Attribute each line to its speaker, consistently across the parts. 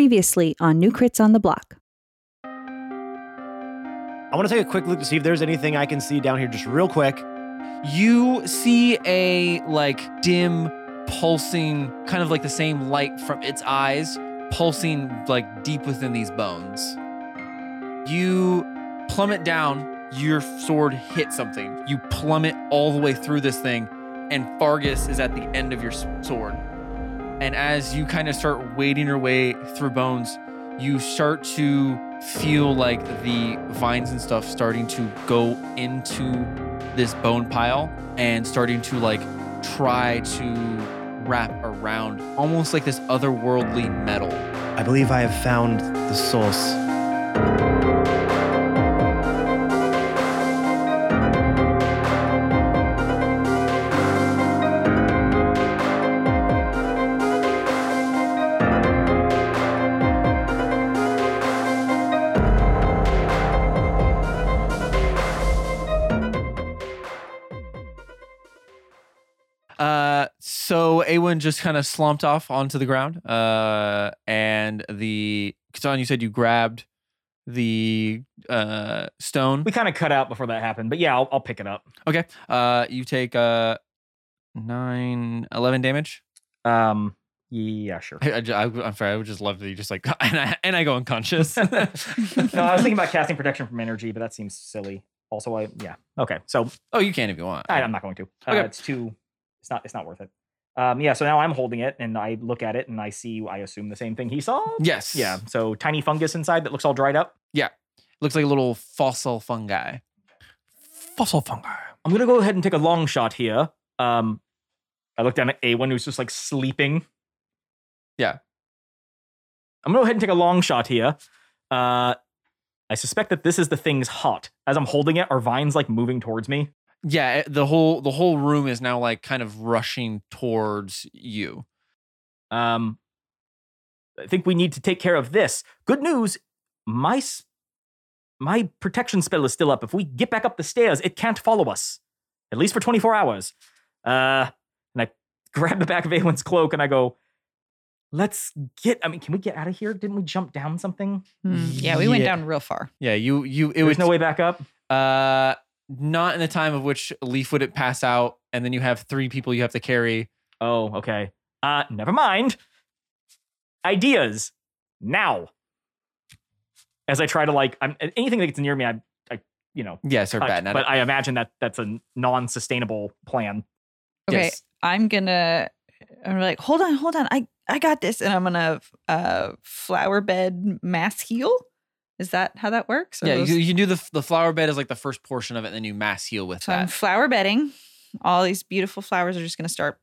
Speaker 1: Previously on New Crits on the Block.
Speaker 2: I want to take a quick look to see if there's anything I can see down here, just real quick.
Speaker 3: you see a like dim pulsing kind of like the same light from its eyes pulsing like deep within these bones you plummet down your sword hit something you plummet all the way through this thing and fargus is at the end of your s- sword and as you kind of start wading your way through bones you start to feel like the vines and stuff starting to go into this bone pile and starting to like try to wrap around almost like this otherworldly metal.
Speaker 2: I believe I have found the source.
Speaker 3: Uh, so Awen just kind of slumped off onto the ground. Uh, and the Katan, you said you grabbed the uh stone.
Speaker 4: We kind of cut out before that happened, but yeah, I'll, I'll pick it up.
Speaker 3: Okay. Uh, you take uh nine, 11 damage.
Speaker 4: Um, yeah, sure.
Speaker 3: I, am sorry. I would just love that you just like and I, and I go unconscious.
Speaker 4: no, Uh, I was thinking about casting protection from energy, but that seems silly. Also, I yeah, okay. So
Speaker 3: Oh, you can if you want.
Speaker 4: I, I'm not going to. Uh,
Speaker 3: Okay.
Speaker 4: It's too. It's not. It's not worth it. Um, yeah. So now I'm holding it, and I look at it, and I see. I assume the same thing he saw.
Speaker 3: Yes.
Speaker 4: Yeah. So tiny fungus inside that looks all dried up.
Speaker 3: Looks like a little fossil fungi. Fossil fungi.
Speaker 4: I'm gonna go ahead and take a long shot here. Um, I look down at A1 who's just like sleeping.
Speaker 3: Yeah.
Speaker 4: I'm gonna go ahead and take a long shot here. Uh, I suspect that this is the thing's hot. As I'm holding it, are vines like moving towards me?
Speaker 3: Yeah, it- the whole the whole room is now like kind of rushing towards you.
Speaker 4: Um, I think we need to take care of this. Good news, my s- my protection spell is still up. If we get back up the stairs, it can't follow us, at least for 24 hours. Uh, and I grab the back of Aelin's cloak and I go, "Let's get. I mean, can we get out of here? Didn't we jump down something?
Speaker 5: Hmm, Yeah, we went
Speaker 3: Mm, Yeah.
Speaker 5: down real far.
Speaker 3: Yeah, you you it
Speaker 4: There's
Speaker 3: was
Speaker 4: no way back up.
Speaker 3: uh not in the time of which Leaf would it pass out, and then you have three people you have to carry.
Speaker 4: Oh, okay. Uh, never mind. Ideas now. As I try to like, I'm, anything that gets near me, I, I, you know,
Speaker 3: Yes, or
Speaker 4: touch,
Speaker 3: batting at
Speaker 4: but
Speaker 3: it.
Speaker 4: I imagine that that's a non-sustainable plan.
Speaker 5: Okay,
Speaker 3: Yes.
Speaker 5: I'm gonna. I'm like, hold on, hold on. I I got this, and I'm gonna uh flower bed mass heal. Is that how that works? Are
Speaker 3: Yeah,
Speaker 5: those-
Speaker 3: you, you do the the flower bed is like the first portion of it, and then you mass heal with
Speaker 5: so I'm
Speaker 3: that.
Speaker 5: flower bedding. All these beautiful flowers are just gonna start.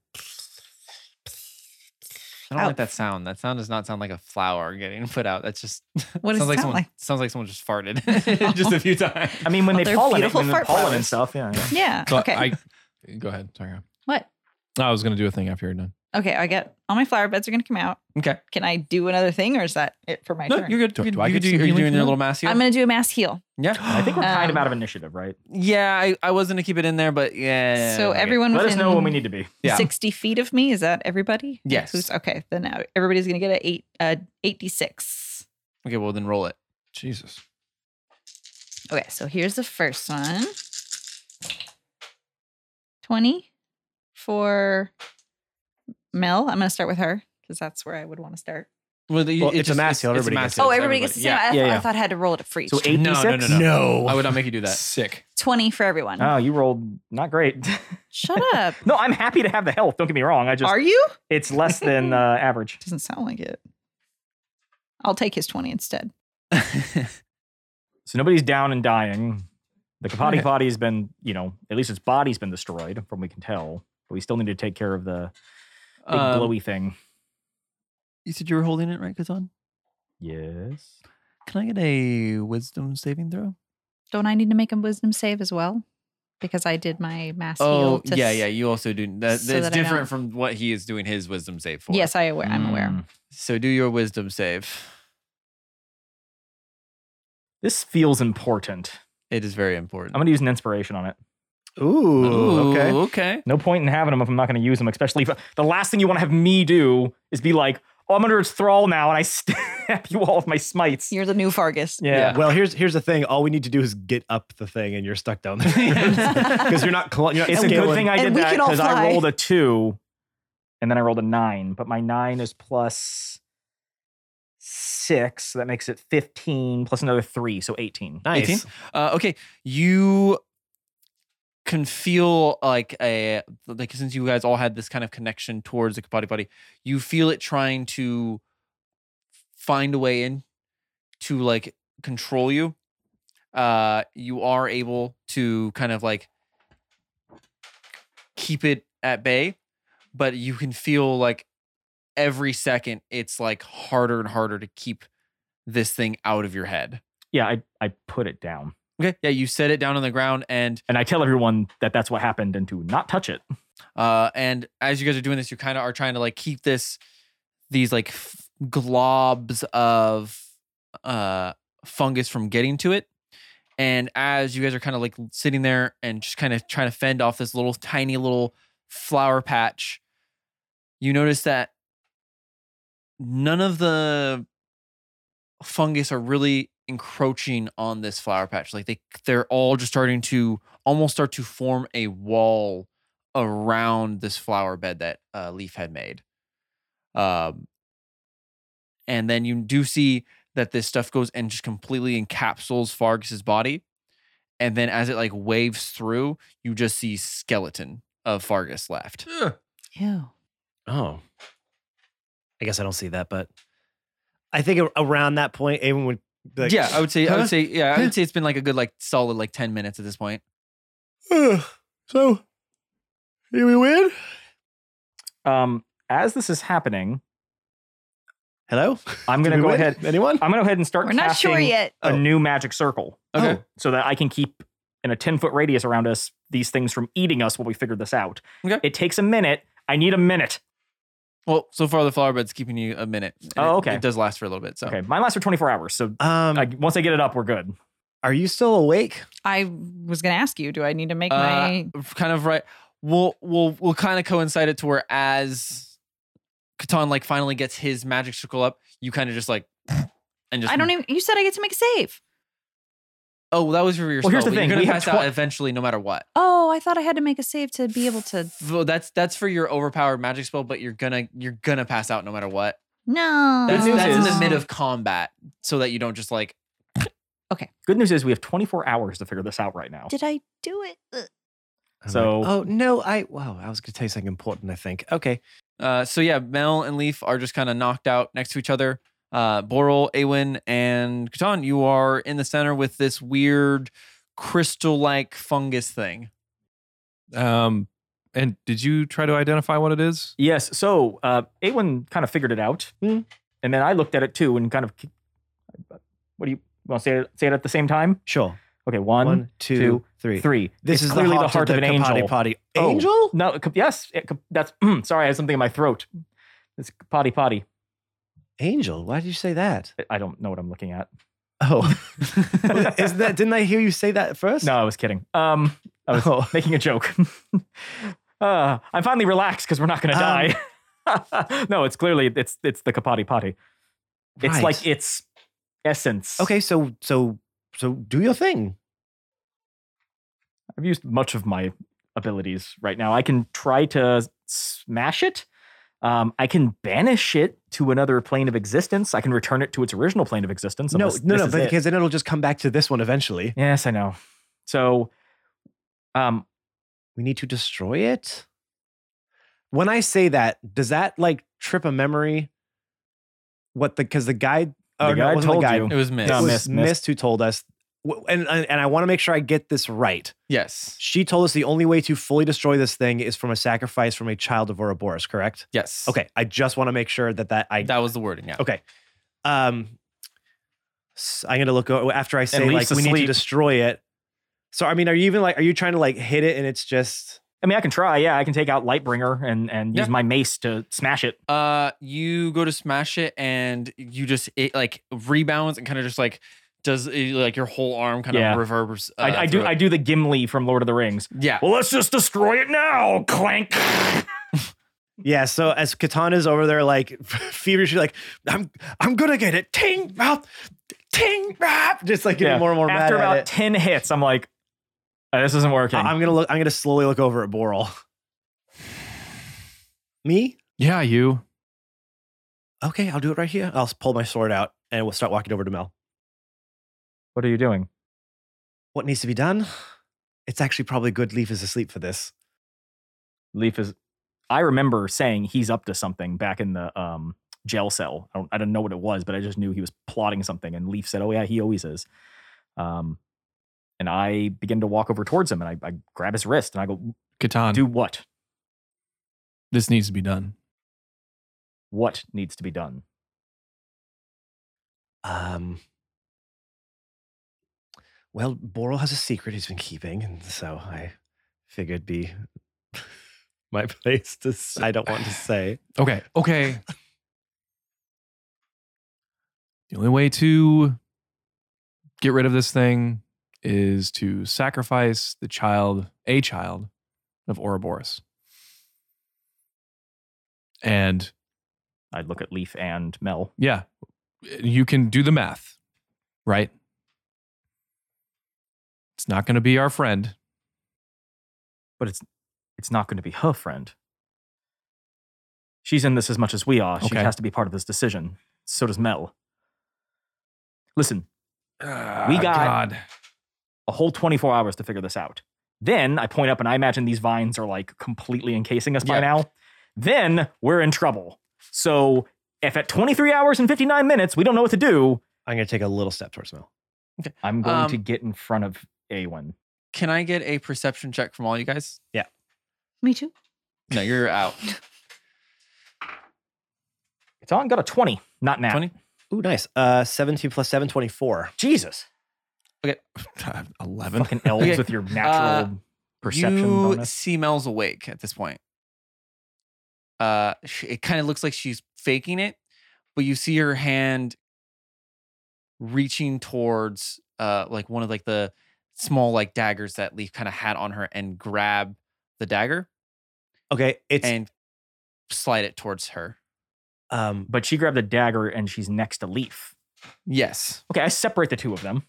Speaker 3: I don't
Speaker 5: out.
Speaker 3: like that sound. That sound does not sound like a flower getting put out. That's just
Speaker 5: What does
Speaker 3: sounds
Speaker 5: it
Speaker 3: like
Speaker 5: sound
Speaker 3: someone
Speaker 5: like?
Speaker 3: sounds like someone just farted just a few times.
Speaker 4: I mean, when
Speaker 5: Oh,
Speaker 4: they
Speaker 5: they're
Speaker 4: pollinate,
Speaker 5: beautiful
Speaker 4: when they
Speaker 5: fart
Speaker 4: pollen and
Speaker 5: flowers.
Speaker 4: stuff. Yeah. yeah.
Speaker 5: Yeah.
Speaker 6: So
Speaker 5: okay.
Speaker 6: I go ahead. Sorry.
Speaker 5: What?
Speaker 6: No, I was gonna do a thing after you're done.
Speaker 5: Okay. I get all my flower beds are gonna come out.
Speaker 3: Okay.
Speaker 5: Can I do another thing, or is that it for my
Speaker 3: No,
Speaker 5: turn?
Speaker 3: you're good.
Speaker 6: Do-
Speaker 3: you
Speaker 6: do I
Speaker 3: you
Speaker 6: get
Speaker 3: do,
Speaker 6: some
Speaker 3: are you
Speaker 6: healing
Speaker 3: doing
Speaker 6: from
Speaker 3: your
Speaker 6: that?
Speaker 3: little mass heal?
Speaker 5: I'm gonna do a mass heal.
Speaker 3: yeah.
Speaker 4: I think we're kind of
Speaker 5: Um,
Speaker 4: out of initiative, right?
Speaker 3: Yeah, I, I wasn't gonna keep it in there, but yeah.
Speaker 5: so
Speaker 3: okay.
Speaker 5: everyone
Speaker 4: Let us
Speaker 5: within
Speaker 4: know when we need to be.
Speaker 3: Yeah.
Speaker 5: 60 feet of me. Is that everybody?
Speaker 3: Yes.
Speaker 5: Who's okay? Then now everybody's gonna get a eight uh eight d six.
Speaker 3: Okay, well then roll it.
Speaker 6: Jesus.
Speaker 5: Okay, so here's the first one. 20 for Mel. I'm going to start with her because that's where I would want to start.
Speaker 3: Well, the,
Speaker 2: Well, it's a mass heal, everybody gets it.
Speaker 5: Oh, everybody gets the same.
Speaker 3: Yeah.
Speaker 5: I,
Speaker 4: Yeah,
Speaker 5: thought- I
Speaker 4: yeah.
Speaker 5: thought I had to roll it for each.
Speaker 4: So eight
Speaker 3: No, no, no, no.
Speaker 6: No.
Speaker 3: I would not make you do that.
Speaker 6: Sick.
Speaker 5: 20 for everyone.
Speaker 4: Oh, you rolled not great.
Speaker 5: Shut up.
Speaker 4: no, I'm happy to have the health. Don't get me wrong. I just
Speaker 5: Are you?
Speaker 4: it's less than uh, average.
Speaker 5: Doesn't sound like it. I'll take his 20 instead.
Speaker 4: So nobody's down and dying. The Kapati
Speaker 3: Okay.
Speaker 4: body's been, you know, at least its body's been destroyed from we can tell. But we still need to take care of the big
Speaker 3: Um,
Speaker 4: glowy thing.
Speaker 3: You said you were holding it, right, Kazan?
Speaker 4: Yes.
Speaker 3: Can I get a wisdom saving throw?
Speaker 5: Don't I need to make a wisdom save as well? Because I did my mass heal.
Speaker 3: Oh,
Speaker 5: to
Speaker 3: yeah,
Speaker 5: s-
Speaker 3: yeah. You also do. That, that's
Speaker 5: so that I don't-
Speaker 3: different from what he is doing his wisdom save for.
Speaker 5: Yes, I aware, I'm aware.
Speaker 4: Mm.
Speaker 3: So do your wisdom save.
Speaker 4: This feels important.
Speaker 3: It is very important.
Speaker 4: I'm gonna use an inspiration on it.
Speaker 2: Ooh, okay.
Speaker 3: Okay.
Speaker 4: No point in having them if I'm not going to use them, especially if the last thing you want to have me do is be like, oh, I'm under its thrall now, and I stab you all with my smites.
Speaker 5: You're the new Fargus.
Speaker 4: yeah.
Speaker 2: Well, here's here's the thing. All we need to do is get up the thing, and you're stuck down there because you're not. Cl- you're not
Speaker 4: It's a
Speaker 2: scaling.
Speaker 4: good thing I
Speaker 5: And
Speaker 4: did
Speaker 5: we
Speaker 4: that
Speaker 5: can all
Speaker 4: because I
Speaker 5: fly.
Speaker 4: rolled a two and then I rolled a nine, but my nine is plus six. So that makes it 15 plus another three. So 18.
Speaker 2: Nice.
Speaker 3: 18? Uh, okay, you can feel like a like since you guys all had this kind of connection towards the Kapati Pati, you feel it trying to find a way in to like control you. Uh, you are able to kind of like keep it at bay, but you can feel like every second it's like harder and harder to keep this thing out of your head.
Speaker 4: Yeah, I, I put it down.
Speaker 3: Okay. Yeah, you set it down on the ground, and
Speaker 4: And I tell everyone that that's what happened and to not touch it.
Speaker 3: uh, and as you guys are doing this, you kind of are trying to like keep this, these like f- globs of uh fungus from getting to it. And as you guys are kind of like sitting there and just kind of trying to fend off this little tiny little flower patch, you notice that none of the fungus are really encroaching on this flower patch. Like they they're all just starting to almost start to form a wall around this flower bed that uh, Leaf had made. Um, and then you do see that this stuff goes and just completely encapsulates Fargus's body. And then as it like waves through, you just see skeleton of Fargus left.
Speaker 5: Ew.
Speaker 2: Oh. I guess I don't see that, but I think a- around that point, Avon would be like,
Speaker 3: yeah, I would say, I
Speaker 2: "Huh?
Speaker 3: would say, yeah, I would say it's been like a good, like solid, like 10 minutes at this point.
Speaker 2: so, here we win?
Speaker 4: Um, as this is happening,
Speaker 2: Hello?
Speaker 4: I'm
Speaker 2: Did we
Speaker 4: going to go
Speaker 2: win?
Speaker 4: ahead.
Speaker 2: Anyone?
Speaker 4: I'm going to go ahead and start
Speaker 5: We're not sure
Speaker 4: casting
Speaker 5: yet.
Speaker 4: a
Speaker 2: Oh.
Speaker 4: new magic circle.
Speaker 3: Okay.
Speaker 4: So that I can keep in a 10 foot radius around us these things from eating us while we figure this out.
Speaker 3: Okay.
Speaker 4: It takes a minute. I need a minute.
Speaker 3: Well, so far the flower bed's keeping you a minute. and
Speaker 4: Oh,
Speaker 3: it-
Speaker 4: okay.
Speaker 3: It does last for a little
Speaker 2: Oh.
Speaker 3: bit. So
Speaker 4: Okay. Mine lasts for 24 hours. So
Speaker 2: Um,
Speaker 4: like, once I get it up, we're good.
Speaker 2: are you still awake?
Speaker 5: I was going to ask you, do I need to make my.
Speaker 3: Uh, kind of right. We'll we'll we'll kind of coincide it to where as Catan like finally gets his magic circle up, you kind of just like and just
Speaker 5: I don't e-, even. You said I get to make a save.
Speaker 3: Oh, that was for your.
Speaker 4: Well, here's
Speaker 3: spell,
Speaker 4: the
Speaker 3: but
Speaker 4: thing,
Speaker 3: You're gonna
Speaker 4: we have
Speaker 3: pass
Speaker 4: twe-
Speaker 3: out eventually, no matter what.
Speaker 5: Oh, I thought I had to make a save to be able to.
Speaker 3: Well, that's that's for your overpowered magic spell, but you're gonna you're gonna pass out no matter what.
Speaker 5: No.
Speaker 3: That's,
Speaker 4: news
Speaker 3: that's in the
Speaker 4: is-
Speaker 3: mid of combat, so that you don't just like.
Speaker 4: Good news is we have 24 hours to figure this out right now.
Speaker 5: Did I do it? Ugh.
Speaker 2: I'm
Speaker 4: So-
Speaker 2: like, oh, no, I, wow, I was going to tell you something important, I think. Okay.
Speaker 3: Uh, so yeah, Mel and Leaf are just kind of knocked out next to each other. Uh, Boral, Awen, and Catan, you are in the center with this weird crystal-like fungus thing.
Speaker 6: Um, and did you try to identify what it is?
Speaker 4: Yes. So uh, Awen kind of figured it out,
Speaker 2: Hmm.
Speaker 4: and then I looked at it too, and kind of. What do you want to say? It, say it at the same time.
Speaker 2: Sure.
Speaker 4: Okay, one,
Speaker 2: One, two, three.
Speaker 4: two, three.
Speaker 2: This
Speaker 4: It's
Speaker 2: is
Speaker 4: clearly
Speaker 2: the,
Speaker 4: the heart of an angel.
Speaker 2: Potty potty.
Speaker 4: Oh,
Speaker 2: Angel?
Speaker 4: No. it could- Yes. it could- that's. sorry, I have something in my throat. It's potty potty.
Speaker 2: Angel? Why did you say that?
Speaker 4: I- I don't know what I'm looking at.
Speaker 2: Oh, isn't that, didn't I hear you say that first?
Speaker 4: No, I was kidding. Um, I was
Speaker 2: Oh.
Speaker 4: making a joke. uh, I'm finally relaxed because we're not going to
Speaker 2: Um,
Speaker 4: die. no, it's clearly it's it's the Kapati Pati. It's
Speaker 2: Right.
Speaker 4: like its essence.
Speaker 2: Okay, so, so, so do your thing.
Speaker 4: I've used much of my abilities right now. I can try to smash it. Um, I can banish it to another plane of existence. I can return it to its original plane of existence.
Speaker 2: No,
Speaker 4: unless
Speaker 2: no,
Speaker 4: this
Speaker 2: no,
Speaker 4: is
Speaker 2: but
Speaker 4: it.
Speaker 2: because then it'll just come back to this one eventually.
Speaker 4: yes, I know. So, um,
Speaker 2: We need to destroy it. When I say that, does that like trip a memory? What the because the guide
Speaker 4: The
Speaker 2: oh, no,
Speaker 4: guide
Speaker 2: it wasn't
Speaker 4: told
Speaker 2: the guide.
Speaker 4: you.
Speaker 3: It was missed.
Speaker 2: It
Speaker 4: No,
Speaker 2: was
Speaker 4: Mist,
Speaker 2: Mist,
Speaker 4: Mist.
Speaker 2: who told us, w- and and and I want to make sure I get this right.
Speaker 3: Yes.
Speaker 2: She told us the only way to fully destroy this thing is from a sacrifice from a child of Ouroboros, correct?
Speaker 3: Yes.
Speaker 2: Okay, I just want to make sure that that I
Speaker 3: That was the wording. Yeah.
Speaker 2: Okay. Um, s- I'm gonna look o- after I say like
Speaker 4: Leaf's
Speaker 2: we need to
Speaker 4: asleep.
Speaker 2: destroy it. So I mean, are you even like are you trying to like hit it and it's just
Speaker 4: I mean, I can try. Yeah, I can take out Lightbringer and and use
Speaker 3: Yeah.
Speaker 4: my mace to smash it.
Speaker 3: Uh, you go to smash it, and you just it like rebounds and kind of just like does it, like your whole arm kind
Speaker 4: Yeah.
Speaker 3: of reverbs. Uh,
Speaker 4: I, I do.
Speaker 3: through
Speaker 4: I
Speaker 3: it.
Speaker 4: do the Gimli from Lord of the Rings.
Speaker 3: yeah.
Speaker 4: Well, let's just destroy it now. Clank.
Speaker 2: Yeah, so as Katana's over there, like feverishly, like I'm, I'm gonna get it. Ting rap, ting rap. Just like getting
Speaker 4: Yeah.
Speaker 2: more and more
Speaker 4: After
Speaker 2: mad
Speaker 4: about
Speaker 2: at it.
Speaker 4: 10 hits, I'm like, "Uh, this isn't working.
Speaker 2: I- I'm gonna look. I'm gonna slowly look over at Boral. Me?
Speaker 6: Yeah, you.
Speaker 2: Okay, I'll do it right here. I'll s- pull my sword out and we'll start walking over to Mel.
Speaker 4: what are you doing?
Speaker 2: What needs to be done? It's actually probably good. Leaf is asleep for this.
Speaker 4: Leaf is. I remember saying he's up to something back in the um, jail cell. I don't, I don't know what it was, but I just knew he was plotting something. And Leaf said, "Oh yeah, he always is." Um, and I begin to walk over towards him, and I, I grab his wrist, and I go,
Speaker 6: Catan,
Speaker 4: "Do what?
Speaker 6: this needs to be done.
Speaker 4: What needs to be done?"
Speaker 2: Um. Well, Boral has a secret he's been keeping, and so I figured it'd be my place to. s- I don't want to say.
Speaker 6: Okay. Okay. the only way to get rid of this thing is to sacrifice the child, a child of Ouroboros. And
Speaker 4: I look at Leaf and Mel.
Speaker 6: yeah, you can do the math, right? It's not going to be our friend.
Speaker 4: but it's it's not going to be her friend. She's in this as much as we are. She
Speaker 6: Okay.
Speaker 4: has to be part of this decision. So does Mel. Listen,
Speaker 6: Ah,
Speaker 4: got-
Speaker 6: God.
Speaker 4: a whole 24 hours to figure this out. Then I point up and I imagine these vines are like completely encasing us by
Speaker 6: Yeah.
Speaker 4: now. Then we're in trouble. So if at 23 hours and 59 minutes we don't know what to do,
Speaker 2: I'm gonna take a little step towards Mel.
Speaker 4: I'm going
Speaker 3: Um,
Speaker 4: to get in front of Awen.
Speaker 3: Can I get a perception check from all you guys?
Speaker 1: Me too.
Speaker 3: No, you're out.
Speaker 4: It's on got a 20, not now.
Speaker 3: 20?
Speaker 2: Ooh, nice. Uh, 17 plus 7, 24.
Speaker 4: Jesus.
Speaker 6: 11.
Speaker 4: Fucking elves
Speaker 3: Okay.
Speaker 4: with your natural
Speaker 3: Uh,
Speaker 4: perception
Speaker 3: you
Speaker 4: bonus.
Speaker 3: see Mel's awake at this point. Uh, sh it kind of looks like she's faking it, but you see her hand reaching towards uh like one of like the small like daggers that Leaf kind of had on her and grab the dagger
Speaker 2: Okay, it's
Speaker 3: and slide it towards her.
Speaker 2: um
Speaker 4: But she grabbed a dagger and she's next to Leaf.
Speaker 3: Yes.
Speaker 4: Okay, I separate the two of them.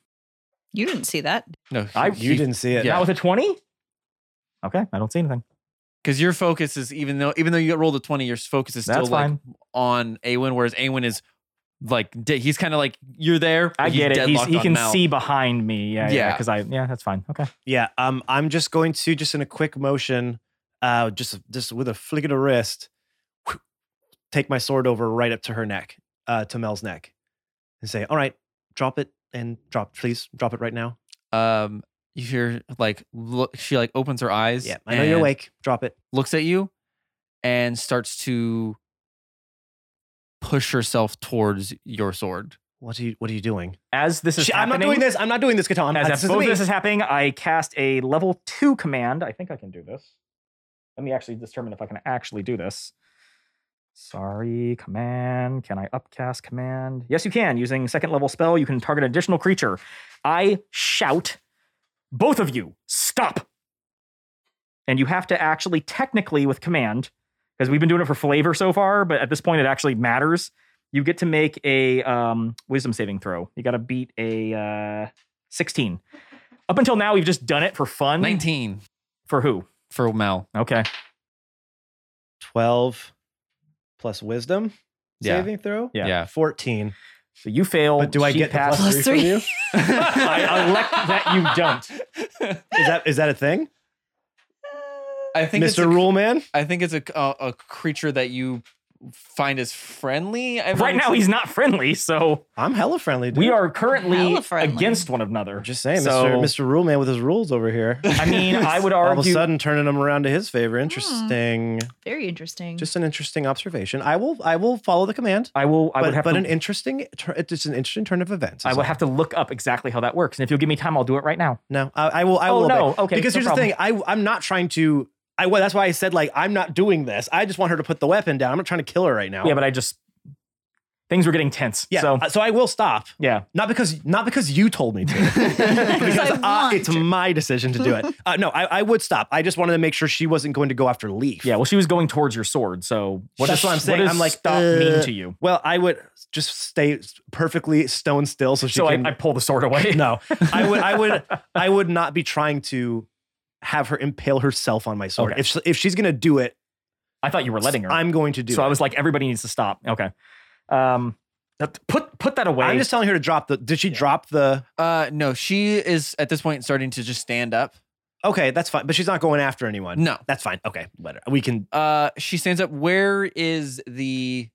Speaker 5: You didn't see that.
Speaker 3: No.
Speaker 4: I-
Speaker 2: you didn't see it.
Speaker 3: Yeah.
Speaker 4: Now with a 20? Okay, I don't see anything.
Speaker 3: because your focus is even though even though you rolled a twenty, your focus is still
Speaker 4: That's
Speaker 3: like
Speaker 4: fine.
Speaker 3: on Awen, whereas Awen is like de- he's kind of like you're there.
Speaker 4: I
Speaker 3: but
Speaker 4: get it. He's,
Speaker 3: deadlocked
Speaker 4: he
Speaker 3: on
Speaker 4: can
Speaker 3: Mel.
Speaker 4: see behind me. Yeah, yeah.
Speaker 3: Yeah.
Speaker 4: Because I, yeah, that's fine. Okay.
Speaker 2: Yeah, um I'm just going to just in a quick motion uh just just with a flick of the wrist whew, take my sword over right up to her neck, uh to Mel's neck and say, "All right, drop it and drop please, drop it right now."
Speaker 3: Um, you hear like look, she like opens her eyes.
Speaker 2: Yeah, I know you're
Speaker 3: and
Speaker 2: awake. Drop it.
Speaker 3: Looks at you, and starts to push herself towards your sword.
Speaker 2: What are you what are you doing?
Speaker 4: As this is
Speaker 2: She- I'm
Speaker 4: happening,
Speaker 2: not doing this. I'm not doing this, Catan.
Speaker 4: As
Speaker 2: this is
Speaker 4: both
Speaker 2: me.
Speaker 4: this is happening, I cast a level two command. I think I can do this. Let me actually determine if I can actually do this. Sorry, command. Can I upcast command? Yes, you can. Using second level spell, you can target an additional creature. I shout, both of you, stop. And you have to actually, technically, with command, because we've been doing it for flavor so far, but at this point, it actually matters. You get to make a um, wisdom saving throw. You got to beat a uh, 16. Up until now, we've just done it for fun.
Speaker 3: Nineteen
Speaker 4: For who?
Speaker 3: for Mel.
Speaker 4: Okay.
Speaker 2: 12 plus wisdom
Speaker 3: Yeah.
Speaker 2: saving throw.
Speaker 4: Yeah.
Speaker 3: Yeah.
Speaker 2: 14.
Speaker 4: So you fail.
Speaker 2: But do I
Speaker 4: she
Speaker 2: get the
Speaker 4: passes.
Speaker 5: Plus
Speaker 2: three? From you?
Speaker 5: three.
Speaker 4: I elect that you don't.
Speaker 2: Is that is that a thing?
Speaker 3: I think it's
Speaker 2: Mr.
Speaker 3: a-
Speaker 2: Rule Man?
Speaker 3: I think it's a, a a creature that you find as friendly. I mean,
Speaker 4: Right now,
Speaker 3: it's-
Speaker 4: he's not friendly, so
Speaker 2: I'm hella friendly, dude.
Speaker 4: we are currently
Speaker 5: Hella friendly.
Speaker 4: against one another.
Speaker 2: I'm just saying,
Speaker 4: So-
Speaker 2: Mr. Mr. Rule Man with his rules over here.
Speaker 4: I mean, I would
Speaker 2: All of a
Speaker 4: argue. Hmm.
Speaker 2: sudden turning them around to his favor. Interesting.
Speaker 1: Very interesting.
Speaker 2: Just an interesting observation. I will I will follow the command.
Speaker 4: I will. I
Speaker 2: but
Speaker 4: would have
Speaker 2: but
Speaker 4: to.
Speaker 2: an interesting tur- it's just an interesting turn of events.
Speaker 4: I
Speaker 2: is
Speaker 4: will
Speaker 2: all.
Speaker 4: have to look up exactly how that works, and if you'll give me time, I'll do it right now.
Speaker 2: No, I, I will I
Speaker 4: oh
Speaker 2: will obey.
Speaker 4: no! Okay.
Speaker 2: because
Speaker 4: no
Speaker 2: here's
Speaker 4: problem.
Speaker 2: the thing, I I'm not trying to I well, that's why I said like I'm not doing this. I just want her to put the weapon down. I'm not trying to kill her right now.
Speaker 4: Yeah, but I just Things were getting tense.
Speaker 2: Yeah.
Speaker 4: So,
Speaker 2: So, so I will stop.
Speaker 4: yeah.
Speaker 2: Not because not because you told me to. because
Speaker 5: I
Speaker 2: uh,
Speaker 5: want
Speaker 2: it's my decision to do it. Uh, no, I, I would stop. I just wanted to make sure she wasn't going to go after Leaf.
Speaker 4: Yeah. Well, she was going towards your sword. So, what
Speaker 2: That's
Speaker 4: does-
Speaker 2: what I'm saying.
Speaker 4: does
Speaker 2: I'm like,
Speaker 4: stop mean
Speaker 2: uh,
Speaker 4: to you?
Speaker 2: Well, I would just stay perfectly stone still so she
Speaker 4: So,
Speaker 2: can.
Speaker 4: I, I pull the sword away.
Speaker 2: no, I would, I would, I would not be trying to have her impale herself on my sword.
Speaker 4: Okay.
Speaker 2: If she, if she's gonna do it,
Speaker 4: I thought you were letting her.
Speaker 2: I'm going to do.
Speaker 4: so,
Speaker 2: it.
Speaker 4: I was like, everybody needs to stop. Okay. Um, that- put put that away.
Speaker 2: I'm just telling her to drop the. Did she drop the?
Speaker 3: Uh, no, she is at this point starting to just stand up.
Speaker 2: Okay, that's fine. But she's not going after anyone.
Speaker 3: No.
Speaker 2: that's fine. Okay, let her. We can.
Speaker 3: Uh, she stands up. Where is the?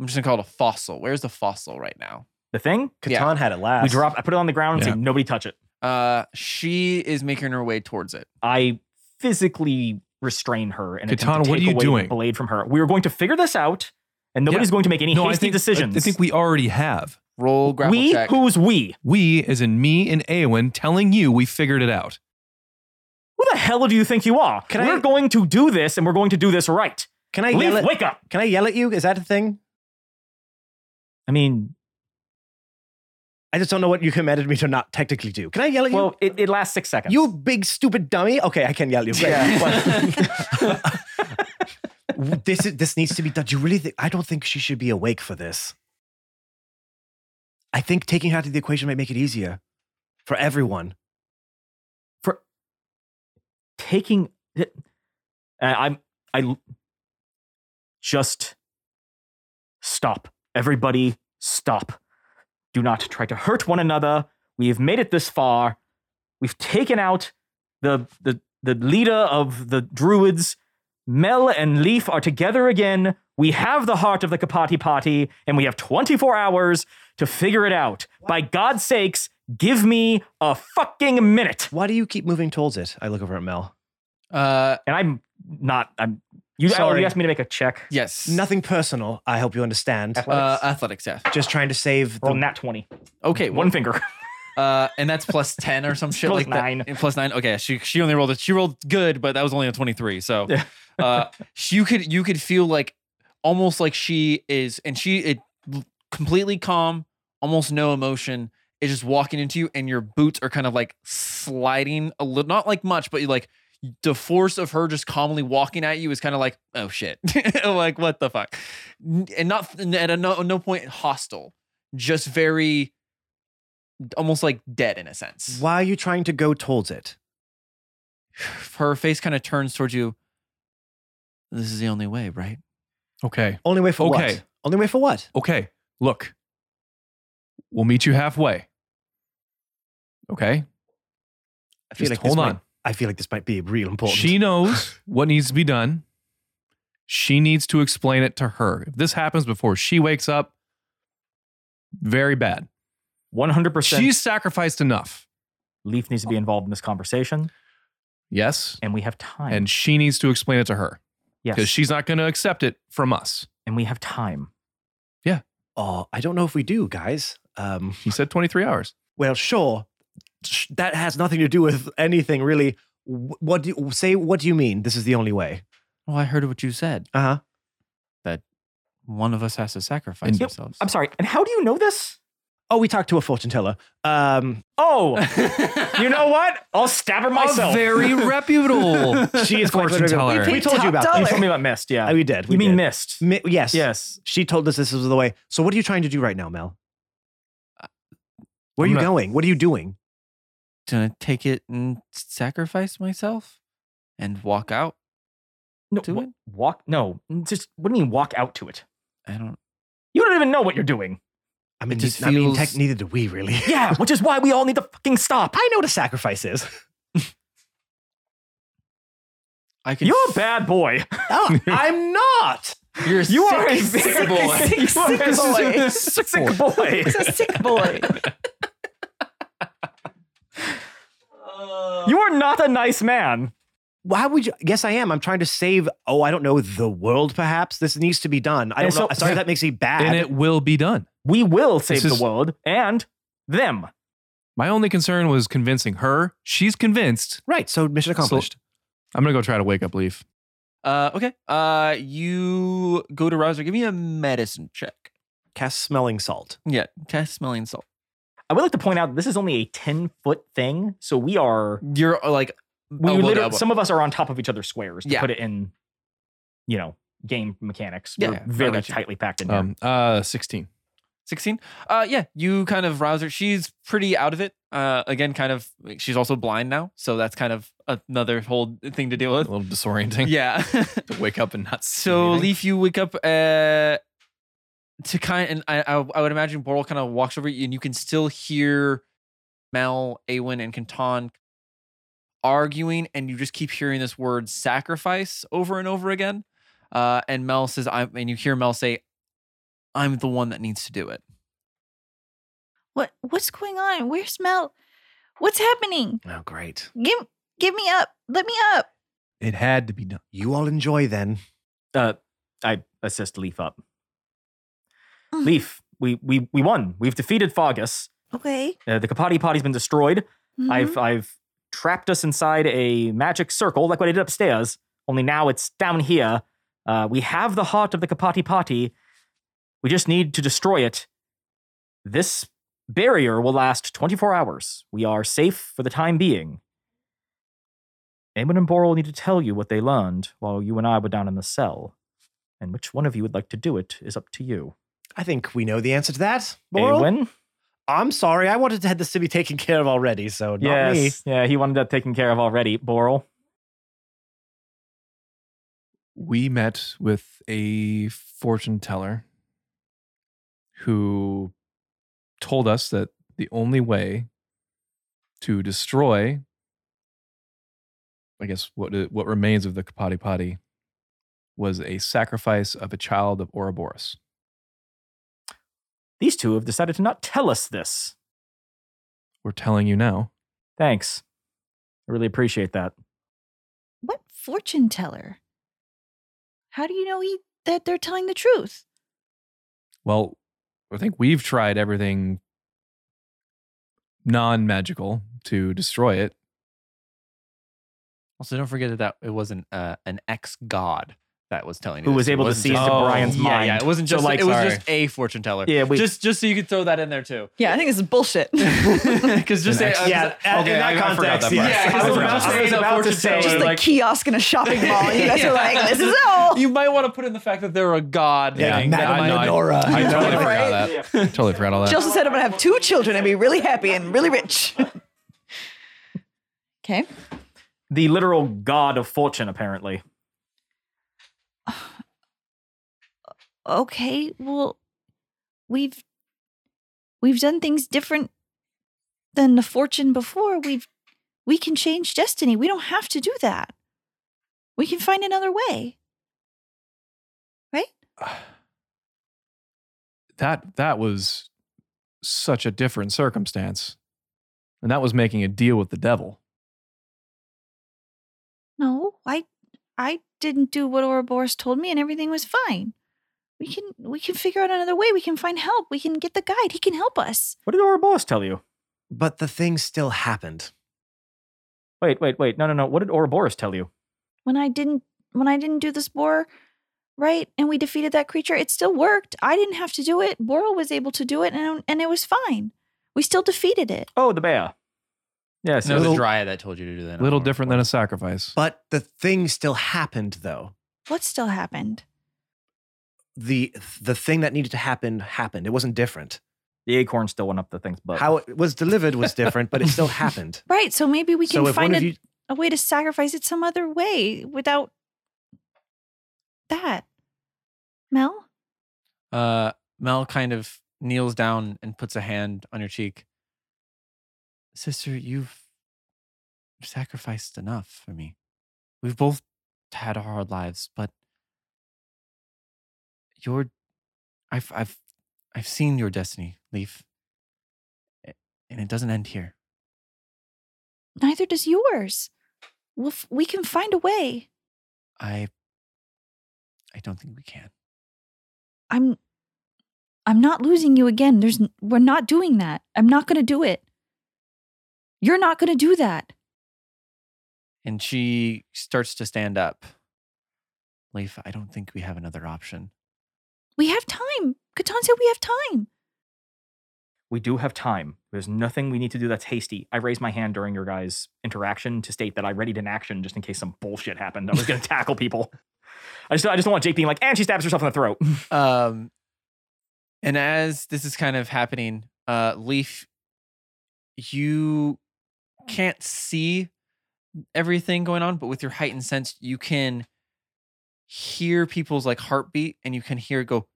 Speaker 3: I'm just gonna call it a fossil. Where's the fossil right now?
Speaker 4: the thing.
Speaker 2: Catan
Speaker 3: Yeah.
Speaker 2: had it last.
Speaker 4: We drop. I put it on the ground and
Speaker 6: Yeah.
Speaker 4: say, nobody touch it.
Speaker 3: Uh, she is making her way towards it.
Speaker 4: I physically restrain her and attempt
Speaker 6: Catan,
Speaker 4: to
Speaker 6: what
Speaker 4: take
Speaker 6: are you
Speaker 4: away the
Speaker 6: doing?
Speaker 4: blade from her. We were going to figure this out, and nobody's going to make any hasty decisions.
Speaker 6: I think we already have.
Speaker 3: Roll grapple
Speaker 4: we
Speaker 3: check.
Speaker 4: who's we?
Speaker 6: We, as in me and Awen, telling you we figured it out.
Speaker 4: Who the hell do you think you are?
Speaker 2: Can
Speaker 4: we're
Speaker 2: I-
Speaker 4: going to do this, and we're going to do this right.
Speaker 2: Can I
Speaker 4: Leaf,
Speaker 2: yell at?
Speaker 4: wake up!
Speaker 2: Can I yell at you? Is that a thing?
Speaker 4: I mean,
Speaker 2: I just don't know what you commanded me to not technically do. Can I yell at
Speaker 4: well, it, it lasts six seconds.
Speaker 2: you? You big stupid dummy. Okay, I can yell at you. Great. Well, this is, this needs to be done. Do you really think? I don't think she should be awake for this. I think taking her out of the equation might make it easier for everyone.
Speaker 4: taking it. Uh, I'm I l- just stop. Everybody stop. Do not try to hurt one another. We have made it this far. We've taken out the the the leader of the druids. Mel and Leaf are together again. We have the heart of the Kapati Party, and we have 24 hours to figure it out. By God's sakes, give me a fucking minute.
Speaker 2: Why do you keep moving towards it? I look over at Mel.
Speaker 3: uh,
Speaker 4: and I'm not. I'm you.
Speaker 2: Sorry.
Speaker 4: oh, you asked me to make a check.
Speaker 3: yes.
Speaker 2: Nothing personal. I hope you understand.
Speaker 3: Uh, athletics.
Speaker 4: Athletics.
Speaker 3: Yeah.
Speaker 2: Just trying to save
Speaker 4: Roll
Speaker 2: the.
Speaker 4: nat twenty.
Speaker 3: Okay.
Speaker 4: One finger.
Speaker 3: Uh, and that's plus ten or some shit
Speaker 4: Plus
Speaker 3: like that.
Speaker 4: nine.
Speaker 3: And plus nine. Okay, she she only rolled it. She rolled good, but that was only a twenty three. So,
Speaker 4: Yeah.
Speaker 3: uh, she, you could you could feel like almost like she is, and she it completely calm, almost no emotion. Is just walking into you, and your boots are kind of like sliding a little, not like much, but like the force of her just calmly walking at you is kind of like, oh shit, like what the fuck, and not and at no, no point hostile, just very almost like dead in a sense.
Speaker 2: Why are you trying to go towards it?
Speaker 3: Her face kind of turns towards you. This is the only way, right?
Speaker 6: Okay.
Speaker 2: Only way for
Speaker 6: Okay.
Speaker 2: what? Only way for what?
Speaker 6: Okay. Look, we'll meet you halfway. Okay.
Speaker 2: I feel
Speaker 6: Just
Speaker 2: like
Speaker 6: hold
Speaker 2: this
Speaker 6: on.
Speaker 2: Might, I feel like this might be real important.
Speaker 6: She knows what needs to be done. She needs to explain it to her. If this happens before she wakes up, very bad.
Speaker 4: One hundred percent.
Speaker 6: She's sacrificed enough.
Speaker 4: Leaf needs to be involved in this conversation,
Speaker 6: Yes.
Speaker 4: and we have time.
Speaker 6: And she needs to explain it to her because
Speaker 4: yes,
Speaker 6: she's not going to accept it from us.
Speaker 4: and we have time.
Speaker 2: Oh, I don't know if we do, guys. Um,
Speaker 6: He said 23 hours.
Speaker 2: well, sure. Sh- That has nothing to do with anything, really. Wh- What do you, say? What do you mean? This is the only way.
Speaker 3: Well, I heard what you said.
Speaker 2: Uh huh.
Speaker 3: One of us has to sacrifice
Speaker 6: And-
Speaker 3: themselves.
Speaker 4: I'm sorry. And how do you know this?
Speaker 2: Oh, we talked to a fortune teller. Um,
Speaker 4: Oh, you know what? I'll stab her myself.
Speaker 6: very reputable.
Speaker 2: she is quite
Speaker 6: Fortune
Speaker 2: literally-
Speaker 6: teller.
Speaker 2: We told you about
Speaker 4: you
Speaker 2: this.
Speaker 4: told me about mist. Yeah,
Speaker 2: Oh, we did. We
Speaker 4: you mean
Speaker 2: did.
Speaker 4: mist?
Speaker 2: Mi- yes.
Speaker 4: Yes.
Speaker 2: She told us this was the way. So, what are you trying to do right now, Mel? Where are
Speaker 6: I'm
Speaker 2: you
Speaker 6: not-
Speaker 2: going? What are you doing?
Speaker 3: to take it and sacrifice myself and walk out.
Speaker 4: No,
Speaker 3: Do
Speaker 4: wa-
Speaker 3: it?
Speaker 4: walk. No, just what do you mean walk out to it?
Speaker 3: I don't.
Speaker 4: You don't even know what you're doing.
Speaker 2: I mean,
Speaker 3: just
Speaker 2: ne- I mean,
Speaker 3: feels-
Speaker 2: tech, neither do we really.
Speaker 4: Yeah, which is why we all need to fucking stop.
Speaker 2: I know what a sacrifice is.
Speaker 3: I can.
Speaker 4: You're a bad boy.
Speaker 2: Oh, I'm not.
Speaker 3: You're
Speaker 4: You are a
Speaker 3: sick
Speaker 4: sick
Speaker 3: boy.
Speaker 4: Sick, boy.
Speaker 5: boy.
Speaker 4: Sick, boy.
Speaker 5: He's a sick boy.
Speaker 4: You are not a nice man.
Speaker 2: Why would you? Yes, I am. I'm trying to save. Oh, I don't know the world. Perhaps this needs to be done. I
Speaker 4: And
Speaker 2: don't
Speaker 4: so-
Speaker 2: know. Uh, Sorry, that makes me bad.
Speaker 6: and it will be done.
Speaker 4: We will save
Speaker 6: This
Speaker 4: the
Speaker 6: is-
Speaker 4: world and them.
Speaker 6: My only concern was convincing her. She's convinced.
Speaker 2: right. So mission accomplished.
Speaker 6: I'm going to go try to wake up Leaf.
Speaker 3: Uh, okay. Uh, you go to Rouser. Give me a medicine check.
Speaker 2: Cast smelling salt.
Speaker 3: Yeah, cast smelling salt.
Speaker 4: I would like to point out this is only a 10 foot thing. So we are,
Speaker 3: You're uh, like
Speaker 4: we
Speaker 3: elbow to
Speaker 4: literally,
Speaker 3: elbow.
Speaker 4: some of us are on top of each other's squares to
Speaker 3: Yeah.
Speaker 4: put it in, you know, game mechanics.
Speaker 3: Yeah,
Speaker 4: We're
Speaker 3: yeah, I
Speaker 4: very
Speaker 3: got you.
Speaker 4: tightly packed in here.
Speaker 6: Um, uh, 16.
Speaker 3: 16 uh yeah you kind of rouse her she's pretty out of it uh again kind of she's also blind now so that's kind of another whole thing to deal
Speaker 6: A
Speaker 3: with
Speaker 6: little disorienting.
Speaker 3: yeah
Speaker 6: To wake up and not see.
Speaker 3: so
Speaker 6: anything.
Speaker 3: leaf you wake up uh to kind and i i, I would imagine boral kind of walks over you and you can still hear mel awen and Canton arguing and you just keep hearing this word sacrifice over and over again uh and mel says i'm and you hear mel say i'm the one that needs to do it
Speaker 5: What what's going on? Where's Mel? What's happening?
Speaker 2: Oh, great.
Speaker 5: Give give me up. Let me up.
Speaker 6: it had to be done.
Speaker 2: You all enjoy then.
Speaker 4: uh, I assist Leaf up.
Speaker 5: Mm.
Speaker 4: Leaf, we we we won. We've defeated Fogus.
Speaker 5: Okay.
Speaker 4: Uh, the Kapati Potty's been destroyed.
Speaker 5: Mhm.
Speaker 4: I've
Speaker 2: Mm-hmm.
Speaker 4: I've trapped us inside a magic circle, like what I did upstairs. Only now it's down here. Uh, we have the heart of the Kapati Potty. We just need to destroy it. This barrier will last 24 hours. We are safe for the time being. Eamon and Boral need to tell you what they learned while you and I were down in the cell. And which one of you would like to do it is up to you.
Speaker 2: I think we know the answer to that. Boral?
Speaker 4: Eowyn?
Speaker 2: I'm sorry. I wanted to have this to be taken care of already, so not me.
Speaker 4: Yes. Yeah, he wanted that taken care of already. Boral.
Speaker 6: we met with a fortune teller who told us that the only way to destroy i guess what uh, what remains of the kapati pati was a sacrifice of a child of Ouroboros.
Speaker 4: These two have decided to not tell us this.
Speaker 6: We're telling you now.
Speaker 4: Thanks. I really appreciate that.
Speaker 5: What fortune teller? How do you know he that they're telling the truth?
Speaker 6: Well, I think we've tried everything non-magical to destroy it.
Speaker 3: Also, don't forget that, that it wasn't uh, an ex god that was telling you.
Speaker 4: Who
Speaker 3: this.
Speaker 4: was
Speaker 3: It
Speaker 4: able to
Speaker 3: wasn't
Speaker 4: see
Speaker 3: just- Oh,
Speaker 4: into Brian's
Speaker 3: yeah, Yeah,
Speaker 4: mind.
Speaker 3: it wasn't
Speaker 4: So,
Speaker 3: just
Speaker 4: like,
Speaker 3: like it was
Speaker 4: sorry.
Speaker 3: just a fortune teller.
Speaker 4: Yeah, we-
Speaker 3: just just so you could throw that in there too.
Speaker 5: Yeah, I think this is bullshit.
Speaker 3: Because just
Speaker 6: An
Speaker 3: say,
Speaker 6: ex-
Speaker 3: uh,
Speaker 2: Yeah,
Speaker 3: I-
Speaker 2: in that
Speaker 3: I forgot
Speaker 2: context,
Speaker 3: that part.
Speaker 2: yes.
Speaker 3: Yeah,
Speaker 2: I
Speaker 3: 'cause I was
Speaker 2: was
Speaker 3: about
Speaker 2: about to-
Speaker 3: to
Speaker 2: I
Speaker 3: say
Speaker 4: was
Speaker 3: a
Speaker 4: about to
Speaker 3: fortune
Speaker 4: say,
Speaker 5: Just
Speaker 3: teller,
Speaker 5: the
Speaker 3: like,
Speaker 5: kiosk in a shopping mall. You guys are like, this is all.
Speaker 3: you might want to put in the fact that they're a god.
Speaker 2: Yeah,
Speaker 3: thing. That
Speaker 2: Madame
Speaker 3: might-
Speaker 2: Nora.
Speaker 6: I
Speaker 5: know,
Speaker 6: totally forgot
Speaker 5: right?
Speaker 6: that. Totally forgot all that.
Speaker 5: She also said I'm gonna have two children and be really happy and really rich. okay.
Speaker 4: The literal god of fortune, apparently.
Speaker 5: Okay. Well, we've we've done things different than the fortune before. We've we can change destiny. We don't have to do that. We can find another way.
Speaker 6: that that was such a different circumstance and that was making a deal with the devil
Speaker 5: No, I I didn't do what Ouroboros told me and everything was fine. We can we can figure out another way. We can find help. We can get the guide. He can help us.
Speaker 4: What did Ouroboros tell you?
Speaker 2: But the thing still happened.
Speaker 4: Wait, wait, wait. No, no, no. What did Ouroboros tell you?
Speaker 5: When I didn't when I didn't do the spore right and we defeated that creature, it still worked. I didn't have to do it. Boral was able to do it and and it was fine. We still defeated it.
Speaker 4: Oh, the bear. Yes.
Speaker 3: No, it was a
Speaker 4: yes.
Speaker 3: dryad that told you to do that.
Speaker 6: a little different than a sacrifice
Speaker 2: But the thing still happened though.
Speaker 5: What still happened?
Speaker 2: The the thing that needed to happen happened. It wasn't different.
Speaker 4: the acorn still went up the thing's butt.
Speaker 2: How it was delivered was different, but it still happened.
Speaker 5: Right, so maybe we can
Speaker 2: so if
Speaker 5: find
Speaker 2: one
Speaker 5: a,
Speaker 2: of you
Speaker 5: a way to sacrifice it some other way without that. Mel?
Speaker 3: Uh, Mel kind of kneels down and puts a hand on your cheek. Sister, you've sacrificed enough for me. We've both had our hard lives, but your, I've, I've, I've seen your destiny, Leaf, A- and it doesn't end here.
Speaker 5: Neither does yours. We'll f- we can find a way.
Speaker 3: I, I don't think we can.
Speaker 5: I'm I'm not losing you again. There's n- we're not doing that. I'm not going to do it. You're not going to do that.
Speaker 3: and she starts to stand up. Leif, I don't think we have another option.
Speaker 5: We have time. Catan said we have time.
Speaker 4: We do have time. There's nothing we need to do that's hasty. I raised my hand during your guys' interaction to state that I readied an action just in case some bullshit happened. I was going to tackle people. I just, I just don't want Jake being like, and she stabs herself in the throat.
Speaker 3: Um, and as this is kind of happening, uh, Leaf, you can't see everything going on, but with your heightened sense, you can hear people's like heartbeat, and you can hear it go.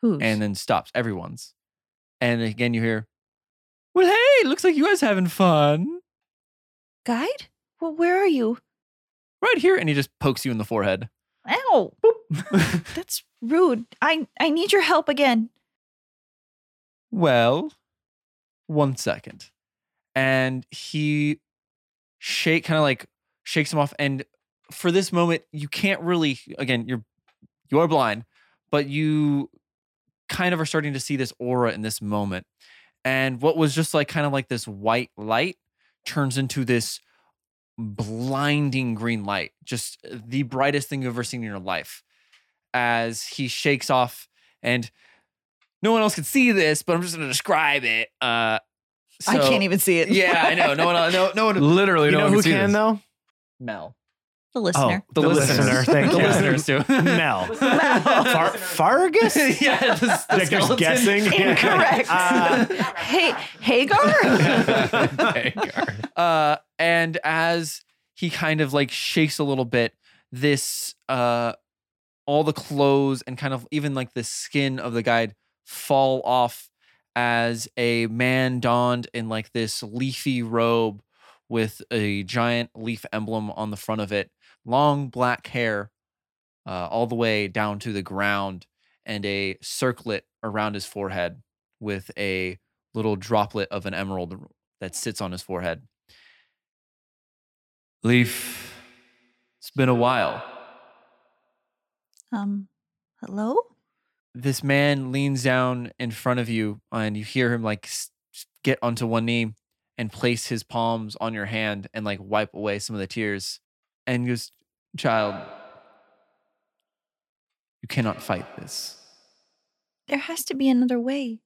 Speaker 1: Who's?
Speaker 3: and then stops everyone's. And again, you hear, "Well, hey, looks like you guys having fun
Speaker 5: Guide? Well, where are you?
Speaker 3: right here." And he just pokes you in the forehead.
Speaker 5: Ow.
Speaker 4: Boop.
Speaker 5: That's rude. I I need your help again.
Speaker 3: Well, one second, and he shake kind of like shakes him off. And for this moment, you can't really. Again, you're you are blind, but you kind of are starting to see this aura in this moment. And what was just like kind of like this white light turns into this blinding green light, just uh, the brightest thing you've ever seen in your life. As he shakes off, and no one else can see this, but I'm just going to describe it. Uh,
Speaker 1: I
Speaker 3: so-
Speaker 1: can't even see it.
Speaker 3: Yeah, I know. No one, no, no one,
Speaker 6: Literally,
Speaker 2: You
Speaker 6: no
Speaker 2: know
Speaker 6: one
Speaker 2: who
Speaker 6: see
Speaker 2: can
Speaker 6: this.
Speaker 2: though?
Speaker 3: Mel,
Speaker 5: The listener.
Speaker 2: Oh, the, listener. Thank
Speaker 3: the
Speaker 2: you.
Speaker 3: listeners too.
Speaker 2: Mel. Far- Fargus?
Speaker 3: yeah, the, the
Speaker 2: Like, just
Speaker 3: skeleton.
Speaker 2: guessing.
Speaker 5: Incorrect.
Speaker 2: Ah.
Speaker 5: Hey, Hagar.
Speaker 6: Okay, Gar.
Speaker 3: Uh, and as he kind of like shakes a little bit, this uh, all the clothes and kind of even like the skin of the guide fall off as a man donned in like this leafy robe with a giant leaf emblem on the front of it, long black hair uh, all the way down to the ground, and a circlet around his forehead with a little droplet of an emerald that sits on his forehead. Leaf, it's been a while.
Speaker 5: um, hello?
Speaker 3: This man leans down in front of you, and you hear him like s- s- get onto one knee and place his palms on your hand and like wipe away some of the tears. And he goes, Child, you cannot fight this.
Speaker 5: There has to be another way.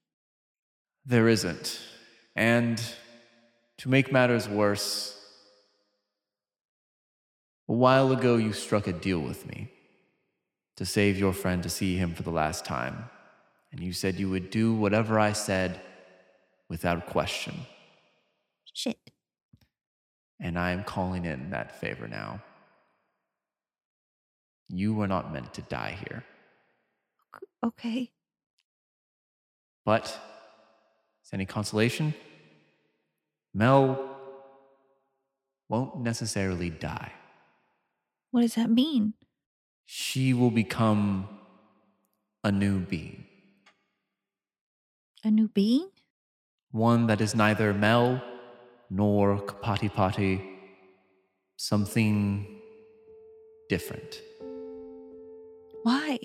Speaker 3: There isn't. And to make matters worse, a while ago you struck a deal with me to save your friend to see him for the last time. And you said you would do whatever I said without question.
Speaker 5: Shit.
Speaker 3: And I am calling in that favor now. You were not meant to die here.
Speaker 5: Okay.
Speaker 3: But is any consolation? Mel won't necessarily die.
Speaker 5: What does that mean?
Speaker 3: She will become a new being,
Speaker 5: A new being?
Speaker 3: one that is neither Mel nor Kapati Pati, something different.
Speaker 5: Why?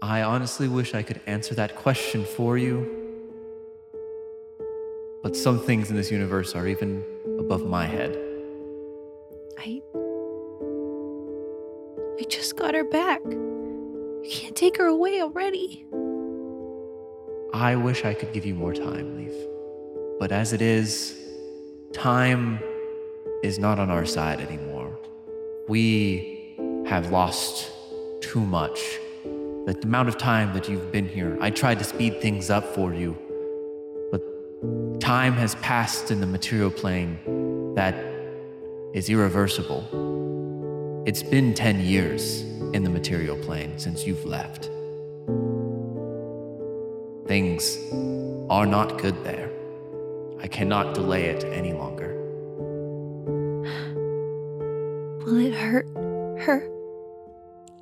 Speaker 3: I honestly wish I could answer that question for you. But some things in this universe are even above my head.
Speaker 5: I I just got her back. You can't take her away already.
Speaker 3: I wish I could give you more time, Leaf. But as it is, time is not on our side anymore. We have lost too much. The amount of time that you've been here, I tried to speed things up for you, but time has passed in the material plane that is irreversible. It's been 10 years in the material plane since you've left. Things are not good there. I cannot delay it any longer.
Speaker 5: Will it hurt her?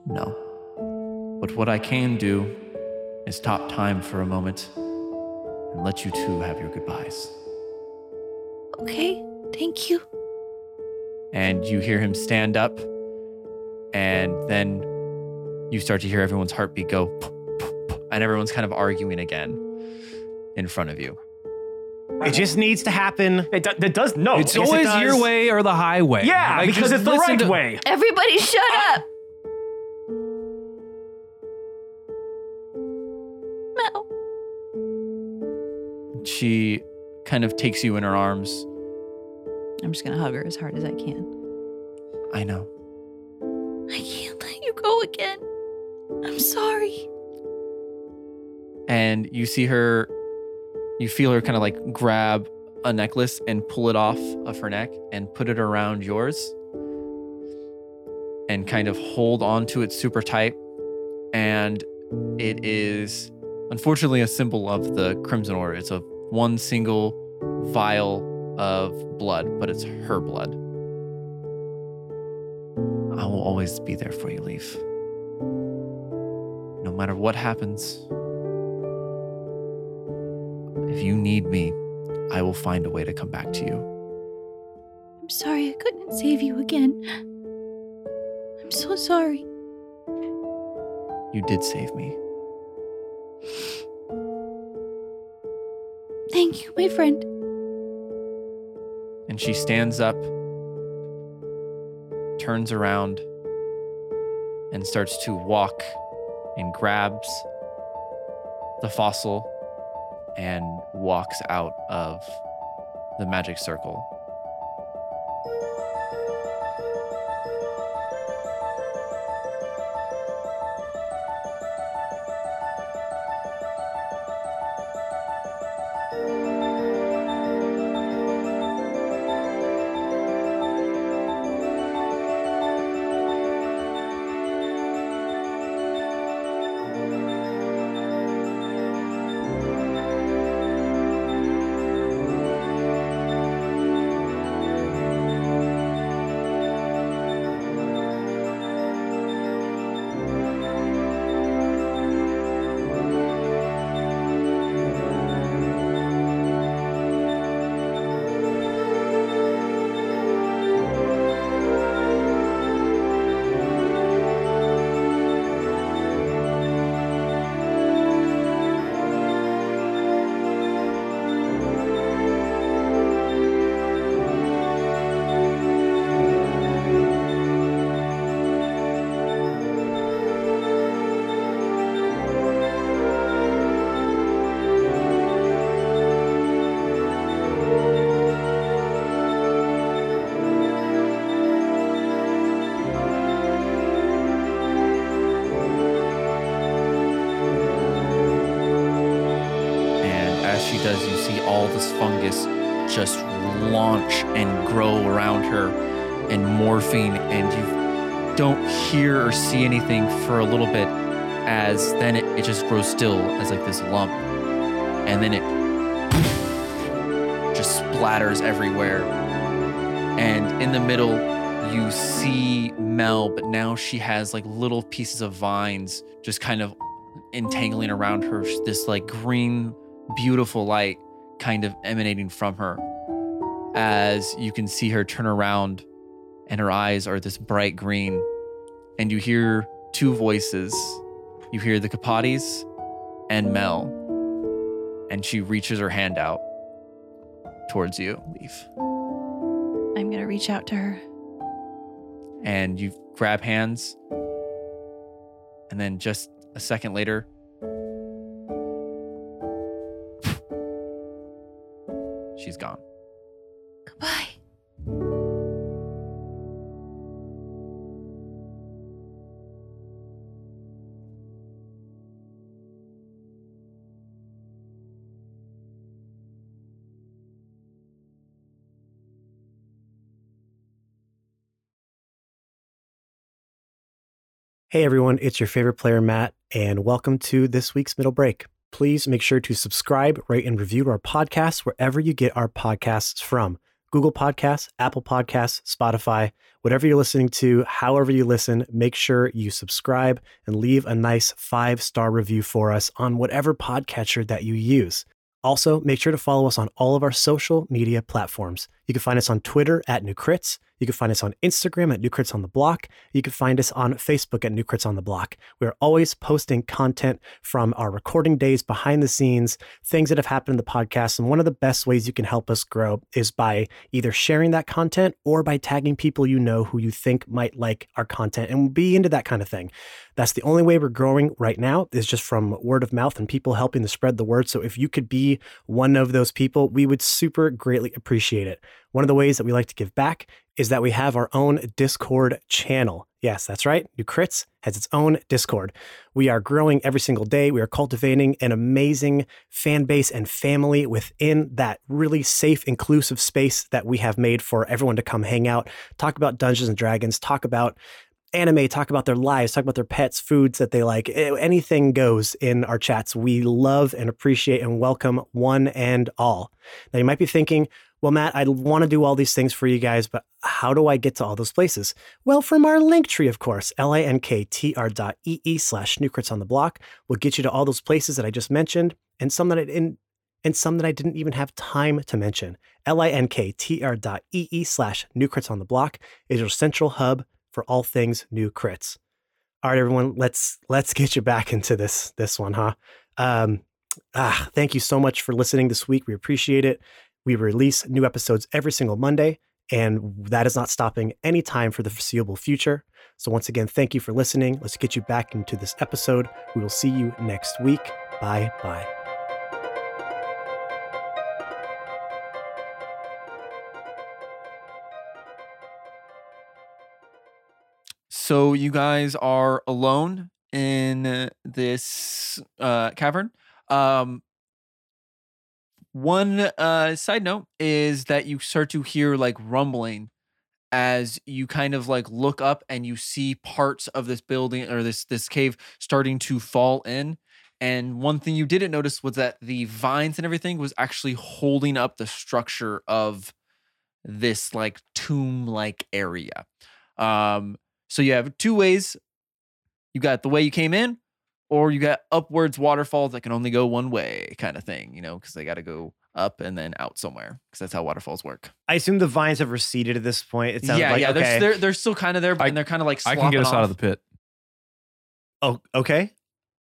Speaker 3: No. But what I can do is stop time for a moment and let you two have your goodbyes.
Speaker 5: Okay, thank you.
Speaker 3: And you hear him stand up, and then you start to hear everyone's heartbeat go, and everyone's kind of arguing again in front of you.
Speaker 7: It just needs to happen.
Speaker 4: It, do- that Oh, does no.
Speaker 6: it's
Speaker 7: yes, it
Speaker 6: always your
Speaker 7: does.
Speaker 6: way or the highway.
Speaker 4: yeah,
Speaker 6: Like,
Speaker 4: because
Speaker 6: just
Speaker 4: it's the
Speaker 6: listen
Speaker 4: right
Speaker 6: to-
Speaker 4: way.
Speaker 8: Everybody shut
Speaker 5: Ah!
Speaker 8: up! Mel.
Speaker 3: She kind of takes you in her arms.
Speaker 8: I'm just gonna hug her as hard as I can.
Speaker 3: I know.
Speaker 8: I can't let you go again. I'm sorry.
Speaker 3: And you see her, you feel her kind of like grab a necklace and pull it off of her neck and put it around yours and kind of hold on to it super tight. And it is unfortunately a symbol of the Crimson Order. It's a one single vial of blood, but it's her blood. I will always be there for you, Leaf. No matter what happens, if you need me, I will find a way to come back to you.
Speaker 8: I'm sorry I couldn't save you again. I'm so sorry.
Speaker 3: You did save me.
Speaker 8: Thank you, my friend.
Speaker 3: And she stands up, turns around, and starts to walk and grabs the fossil and walks out of the magic circle. And as she does, you see all this fungus just launch and grow around her and morphine, and you don't hear or see anything for a little bit as then it, it just grows still as like this lump. And then it just splatters everywhere. And in the middle, you see Mel, but now she has like little pieces of vines just kind of entangling around her, this like green beautiful light kind of emanating from her as you can see her turn around and her eyes are this bright green and you hear two voices you hear the capatis and mel and she reaches her hand out towards you leaf
Speaker 8: I'm gonna reach out to her.
Speaker 3: and you grab hands and then just a second later she's gone
Speaker 8: Goodbye.
Speaker 2: Hey everyone, it's your favorite player, Matt, and welcome to this week's Middle Break. Please make sure to subscribe, rate, and review our podcast wherever you get our podcasts from Google Podcasts, Apple Podcasts, Spotify, whatever you're listening to, however you listen, make sure you subscribe and leave a nice five star review for us on whatever podcatcher that you use. Also, make sure to follow us on all of our social media platforms. You can find us on Twitter at NewCrits. You can find us on Instagram at New Crits on the Block. You can find us on Facebook at New Crits on the Block. We are always posting content from our recording days, behind the scenes, things that have happened in the podcast. And one of the best ways you can help us grow is by either sharing that content or by tagging people you know who you think might like our content and be into that kind of thing. That's the only way we're growing right now is just from word of mouth and people helping to spread the word. So if you could be one of those people, we would super greatly appreciate it. One of the ways that we like to give back is that we have our own Discord channel. Yes, that's right. New Crits has its own Discord. We are growing every single day. We are cultivating an amazing fan base and family within that really safe, inclusive space that we have made for everyone to come hang out, talk about Dungeons and Dragons, talk about anime, talk about their lives, talk about their pets, foods that they like. Eh, Anything goes in our chats. We love and appreciate and welcome one and all. Now, you might be thinking, well, Matt, I want to do all these things for you guys, but how do I get to all those places? Well, from our link tree, of course, linktr dot ee slash newcrits on the block will get you to all those places that I just mentioned and some that I didn't and some that I didn't even have time to mention. linktr dot ee slash newcrits on the block is your central hub for all things new crits. All right, everyone, let's let's get you back into this this one, huh? Um, ah, thank you so much for listening this week. We appreciate it. We release new episodes every single Monday, and that is not stopping any time for the foreseeable future. So once again, thank you for listening. Let's get you back into this episode. We will see you next week. Bye bye.
Speaker 3: So you guys are alone in uh, this uh, cavern. Um, one uh, side note is that you start to hear like rumbling as you kind of like look up and you see parts of this building or this this cave starting to fall in. And one thing you didn't notice was that the vines and everything was actually holding up the structure of this like tomb like area. Um, so you have two ways. You got the way you came in, or you got upwards waterfalls that can only go one way, kind of thing, you know, because they got to go up and then out somewhere, because that's how waterfalls work.
Speaker 9: I assume the vines have receded at this point. It sounds
Speaker 3: yeah,
Speaker 9: like
Speaker 3: yeah,
Speaker 9: okay.
Speaker 3: they're, they're they're still kind of there, but
Speaker 6: I-
Speaker 3: and they're kind of like.
Speaker 6: I can get us out of the pit.
Speaker 9: oh, okay.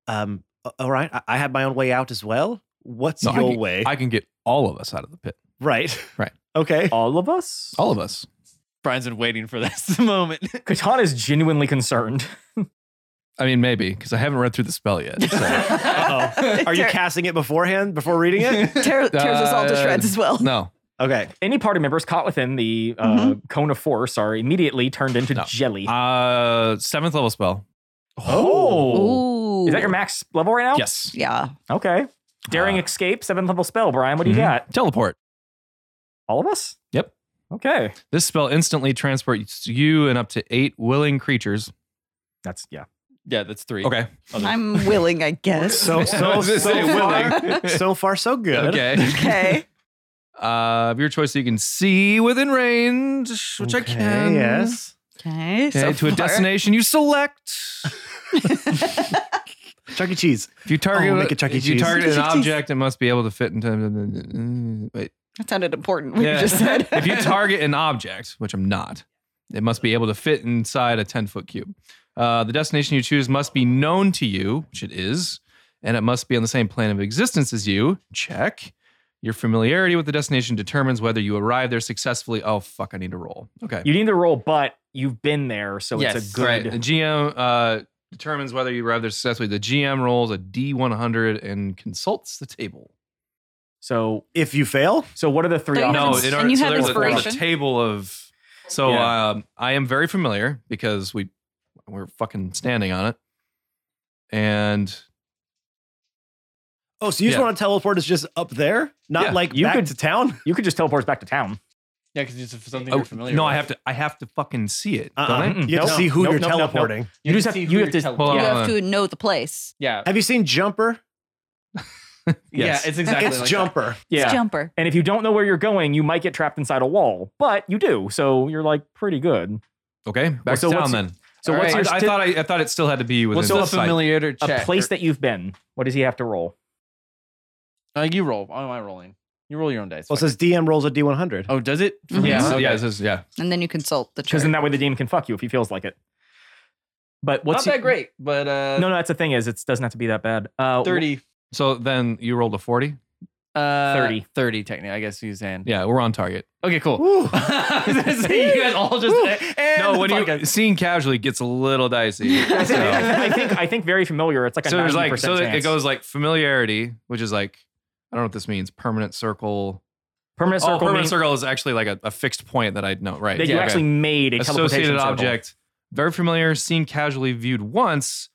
Speaker 9: Um, a- all right. I, I have my own way out as well. What's
Speaker 6: No, I
Speaker 9: your
Speaker 6: can-
Speaker 9: way?
Speaker 6: I can get all of us out of the pit.
Speaker 9: right.
Speaker 6: Right.
Speaker 9: Okay.
Speaker 4: All of us?
Speaker 6: All of us.
Speaker 3: Brian's been waiting for this moment.
Speaker 4: Catan is genuinely concerned.
Speaker 6: I mean, maybe because I haven't read through the spell yet. so-
Speaker 9: Uh-oh. Are you casting it beforehand before reading it?
Speaker 5: Tear, tears us all to
Speaker 6: Uh,
Speaker 5: shreds as well.
Speaker 6: no,
Speaker 9: Okay.
Speaker 4: Any party members caught within the uh, cone of force are immediately turned into
Speaker 6: No.
Speaker 4: jelly.
Speaker 6: uh, seventh level spell.
Speaker 4: oh.
Speaker 5: Ooh.
Speaker 4: Is that your max level right now?
Speaker 6: Yes,
Speaker 5: Yeah.
Speaker 4: Okay. Daring
Speaker 6: Uh,
Speaker 4: escape, seventh level spell. Brian, what do you
Speaker 6: Mhm.
Speaker 4: got?
Speaker 6: teleport.
Speaker 4: All of us?
Speaker 6: Yep.
Speaker 4: Okay.
Speaker 6: This spell instantly transports you and up to eight willing creatures.
Speaker 4: That's, yeah.
Speaker 3: yeah, that's three.
Speaker 6: Okay.
Speaker 5: I'm willing, I guess.
Speaker 9: So so so, far, so far so good.
Speaker 6: Okay.
Speaker 5: okay.
Speaker 6: Uh, of your choice, you can see within range, which I
Speaker 9: Okay,
Speaker 6: can.
Speaker 9: Yes.
Speaker 5: Okay.
Speaker 6: Okay,
Speaker 5: so
Speaker 6: to a
Speaker 5: far.
Speaker 6: destination you select.
Speaker 9: Chuck E. Cheese.
Speaker 6: If you target,
Speaker 9: Oh, make a Chuck E.
Speaker 6: if you
Speaker 9: Cheese.
Speaker 6: target an
Speaker 5: Chuck E. Cheese.
Speaker 6: object, it must be able to fit into. Wait,
Speaker 5: That sounded important. What
Speaker 6: Yeah.
Speaker 5: you just said.
Speaker 6: if you target an object, which I'm not, it must be able to fit inside a 10 foot cube. Uh, the destination you choose must be known to you, which it is, and it must be on the same plane of existence as you. Check. Your familiarity with the destination determines whether you arrive there successfully. Oh, fuck, I need to roll. Okay.
Speaker 4: You need to roll, but you've been there, so it's
Speaker 3: Yes,
Speaker 4: a good.
Speaker 6: Right. The GM uh, determines whether you arrive there successfully. The GM rolls a D100 and consults the table.
Speaker 4: So,
Speaker 9: If you fail,
Speaker 4: so what are the three
Speaker 5: Don't You
Speaker 6: no,
Speaker 5: have ins-
Speaker 6: in
Speaker 5: and
Speaker 6: order,
Speaker 5: you
Speaker 6: so
Speaker 5: have
Speaker 6: there's a- there's A,
Speaker 5: inspiration?
Speaker 6: table of. So
Speaker 4: Yeah.
Speaker 6: um, I am very familiar because we we're fucking standing on it, and
Speaker 9: oh, so you just
Speaker 6: Yeah.
Speaker 9: want to teleport us just up there, not
Speaker 6: Yeah,
Speaker 9: like
Speaker 4: you
Speaker 9: back
Speaker 4: could-
Speaker 9: to town.
Speaker 4: You could just teleport us back to town.
Speaker 10: Yeah, because it's something
Speaker 6: Oh,
Speaker 10: you're familiar.
Speaker 6: no,
Speaker 10: with.
Speaker 6: I have to I have to fucking see it,
Speaker 9: Uh-uh.
Speaker 6: don't I? Mm.
Speaker 4: Mm-mm.
Speaker 9: You have to
Speaker 4: Nope.
Speaker 9: see who
Speaker 4: Nope,
Speaker 9: you're
Speaker 4: nope, nope, nope.
Speaker 9: teleporting.
Speaker 4: You just have-
Speaker 10: see
Speaker 4: you
Speaker 10: who
Speaker 4: have
Speaker 10: you're
Speaker 4: to-
Speaker 10: telling.
Speaker 6: Hold
Speaker 5: you
Speaker 6: on.
Speaker 5: have to know the place.
Speaker 10: Yeah,
Speaker 9: Have you seen Jumper?
Speaker 6: Yes.
Speaker 10: yeah, it's exactly.
Speaker 9: it's
Speaker 10: like
Speaker 9: Jumper.
Speaker 4: Yeah.
Speaker 5: It's Jumper.
Speaker 4: And if you don't know where you're going, you might get trapped inside a wall, but you do. So you're like pretty good.
Speaker 6: Okay, back
Speaker 4: so
Speaker 6: to
Speaker 4: what's-
Speaker 6: town then.
Speaker 4: So
Speaker 3: All
Speaker 4: what's
Speaker 3: right.
Speaker 4: your
Speaker 6: I, I
Speaker 4: sti-
Speaker 6: thought I, I thought it still had to be within
Speaker 3: What's the
Speaker 6: the sight.
Speaker 3: familiarity
Speaker 4: a
Speaker 3: check?
Speaker 4: place that you've been? What does he have to roll?
Speaker 3: oh, uh, you roll. What am I rolling? You roll your own dice.
Speaker 2: Well, it
Speaker 3: Fuck
Speaker 2: says DM rolls a D100.
Speaker 3: it. oh, does it?
Speaker 5: Mhm.
Speaker 6: Yeah,
Speaker 3: Okay.
Speaker 6: yeah, this is yeah.
Speaker 5: And then you consult the
Speaker 4: Because
Speaker 5: chart.
Speaker 4: in that way, the DM can fuck you if he feels like it. But what's
Speaker 3: Not that great, but uh,
Speaker 4: No, no, that's the thing is it doesn't have to be that bad. Uh, wh-
Speaker 3: thirty.
Speaker 6: So then you rolled a forty.
Speaker 3: Uh,
Speaker 4: 30.
Speaker 3: 30 technically, I guess you're saying.
Speaker 6: Yeah, we're on target.
Speaker 3: Okay, cool.
Speaker 2: Ooh.
Speaker 3: so you guys all just and
Speaker 6: no, when
Speaker 3: the
Speaker 6: you
Speaker 3: podcast.
Speaker 6: seeing casually gets a little dicey.
Speaker 4: I
Speaker 6: so
Speaker 4: think- I think I think very familiar. It's like a
Speaker 6: so there's
Speaker 4: 90%
Speaker 6: like so
Speaker 4: chance.
Speaker 6: it goes like familiarity, which is like I don't know what this means. Permanent circle.
Speaker 4: permanent circle.
Speaker 6: oh, permanent
Speaker 4: means
Speaker 6: circle is actually like a, a fixed point that I know. Right.
Speaker 4: That you
Speaker 6: okay.
Speaker 4: actually made a teleportation
Speaker 6: associated
Speaker 4: circle.
Speaker 6: object. Very familiar. Seen casually viewed once.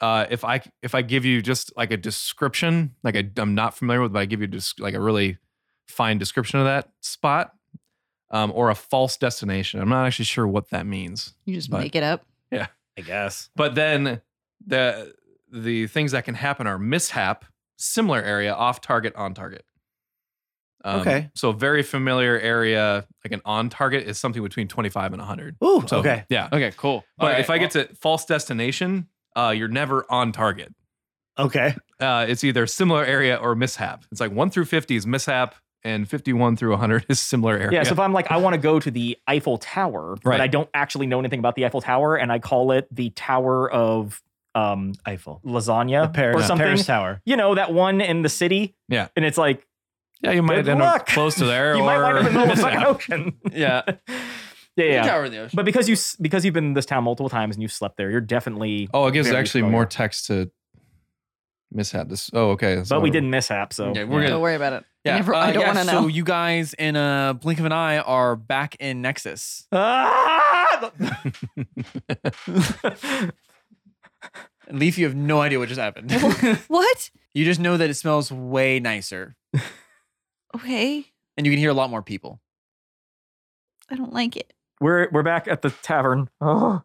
Speaker 6: Uh, if I if I give you just like a description, like I, I'm not familiar with, but I give you just like a really fine description of that spot, um, or a false destination. I'm not actually sure what that means.
Speaker 5: you just
Speaker 6: but-
Speaker 5: make it up.
Speaker 2: I guess.
Speaker 6: But then the the things that can happen are mishap, similar area, off target, on target. Um,
Speaker 2: Okay.
Speaker 6: So very familiar area, like an on target is something between 25 and 100.
Speaker 2: Ooh,
Speaker 6: So,
Speaker 2: okay.
Speaker 6: Yeah.
Speaker 3: Okay, cool.
Speaker 6: But if I get to false destination, uh, you're never on target.
Speaker 2: Okay.
Speaker 6: Uh, it's either similar area or mishap. It's like 1 through 50 is mishap and 51 through 100 is similar area.
Speaker 4: Yeah, so if I'm like, I want to go to the Eiffel Tower, but
Speaker 6: Right.
Speaker 4: I don't actually know anything about the Eiffel Tower, and I call it the Tower of um,
Speaker 2: Eiffel.
Speaker 4: Lasagna
Speaker 2: The Paris, uh,
Speaker 4: or something.
Speaker 2: Paris Tower.
Speaker 4: You know, that one in the city.
Speaker 6: Yeah.
Speaker 4: And it's like,
Speaker 6: yeah, you might
Speaker 4: Good
Speaker 6: end up
Speaker 4: luck.
Speaker 6: close to there
Speaker 4: you
Speaker 6: or
Speaker 4: might wind up in the middle of the fucking
Speaker 6: mishap.
Speaker 4: ocean.
Speaker 3: yeah,
Speaker 4: yeah, yeah.
Speaker 3: Tower in the ocean.
Speaker 4: But because you s- because you've been in this town multiple times and you slept there, you're definitely.
Speaker 6: Oh, it gives
Speaker 4: Very
Speaker 6: actually
Speaker 4: familiar.
Speaker 6: more text to mishap. This. Oh, okay.
Speaker 4: But we didn't mishap, so
Speaker 3: Yeah, we're
Speaker 5: Don't
Speaker 3: gonna.
Speaker 5: worry about it.
Speaker 3: Yeah.
Speaker 5: I, never, I
Speaker 3: uh,
Speaker 5: don't
Speaker 3: yeah,
Speaker 5: want to
Speaker 3: So
Speaker 5: know.
Speaker 3: you guys, in a blink of an eye, are back in Nexus,
Speaker 4: Ah!
Speaker 3: and Leaf, you have no idea what just happened.
Speaker 5: what?
Speaker 3: you just know that it smells way nicer,
Speaker 5: Okay.
Speaker 3: and you can hear a lot more people.
Speaker 5: I don't like it.
Speaker 4: we're we're back at the tavern. Oh.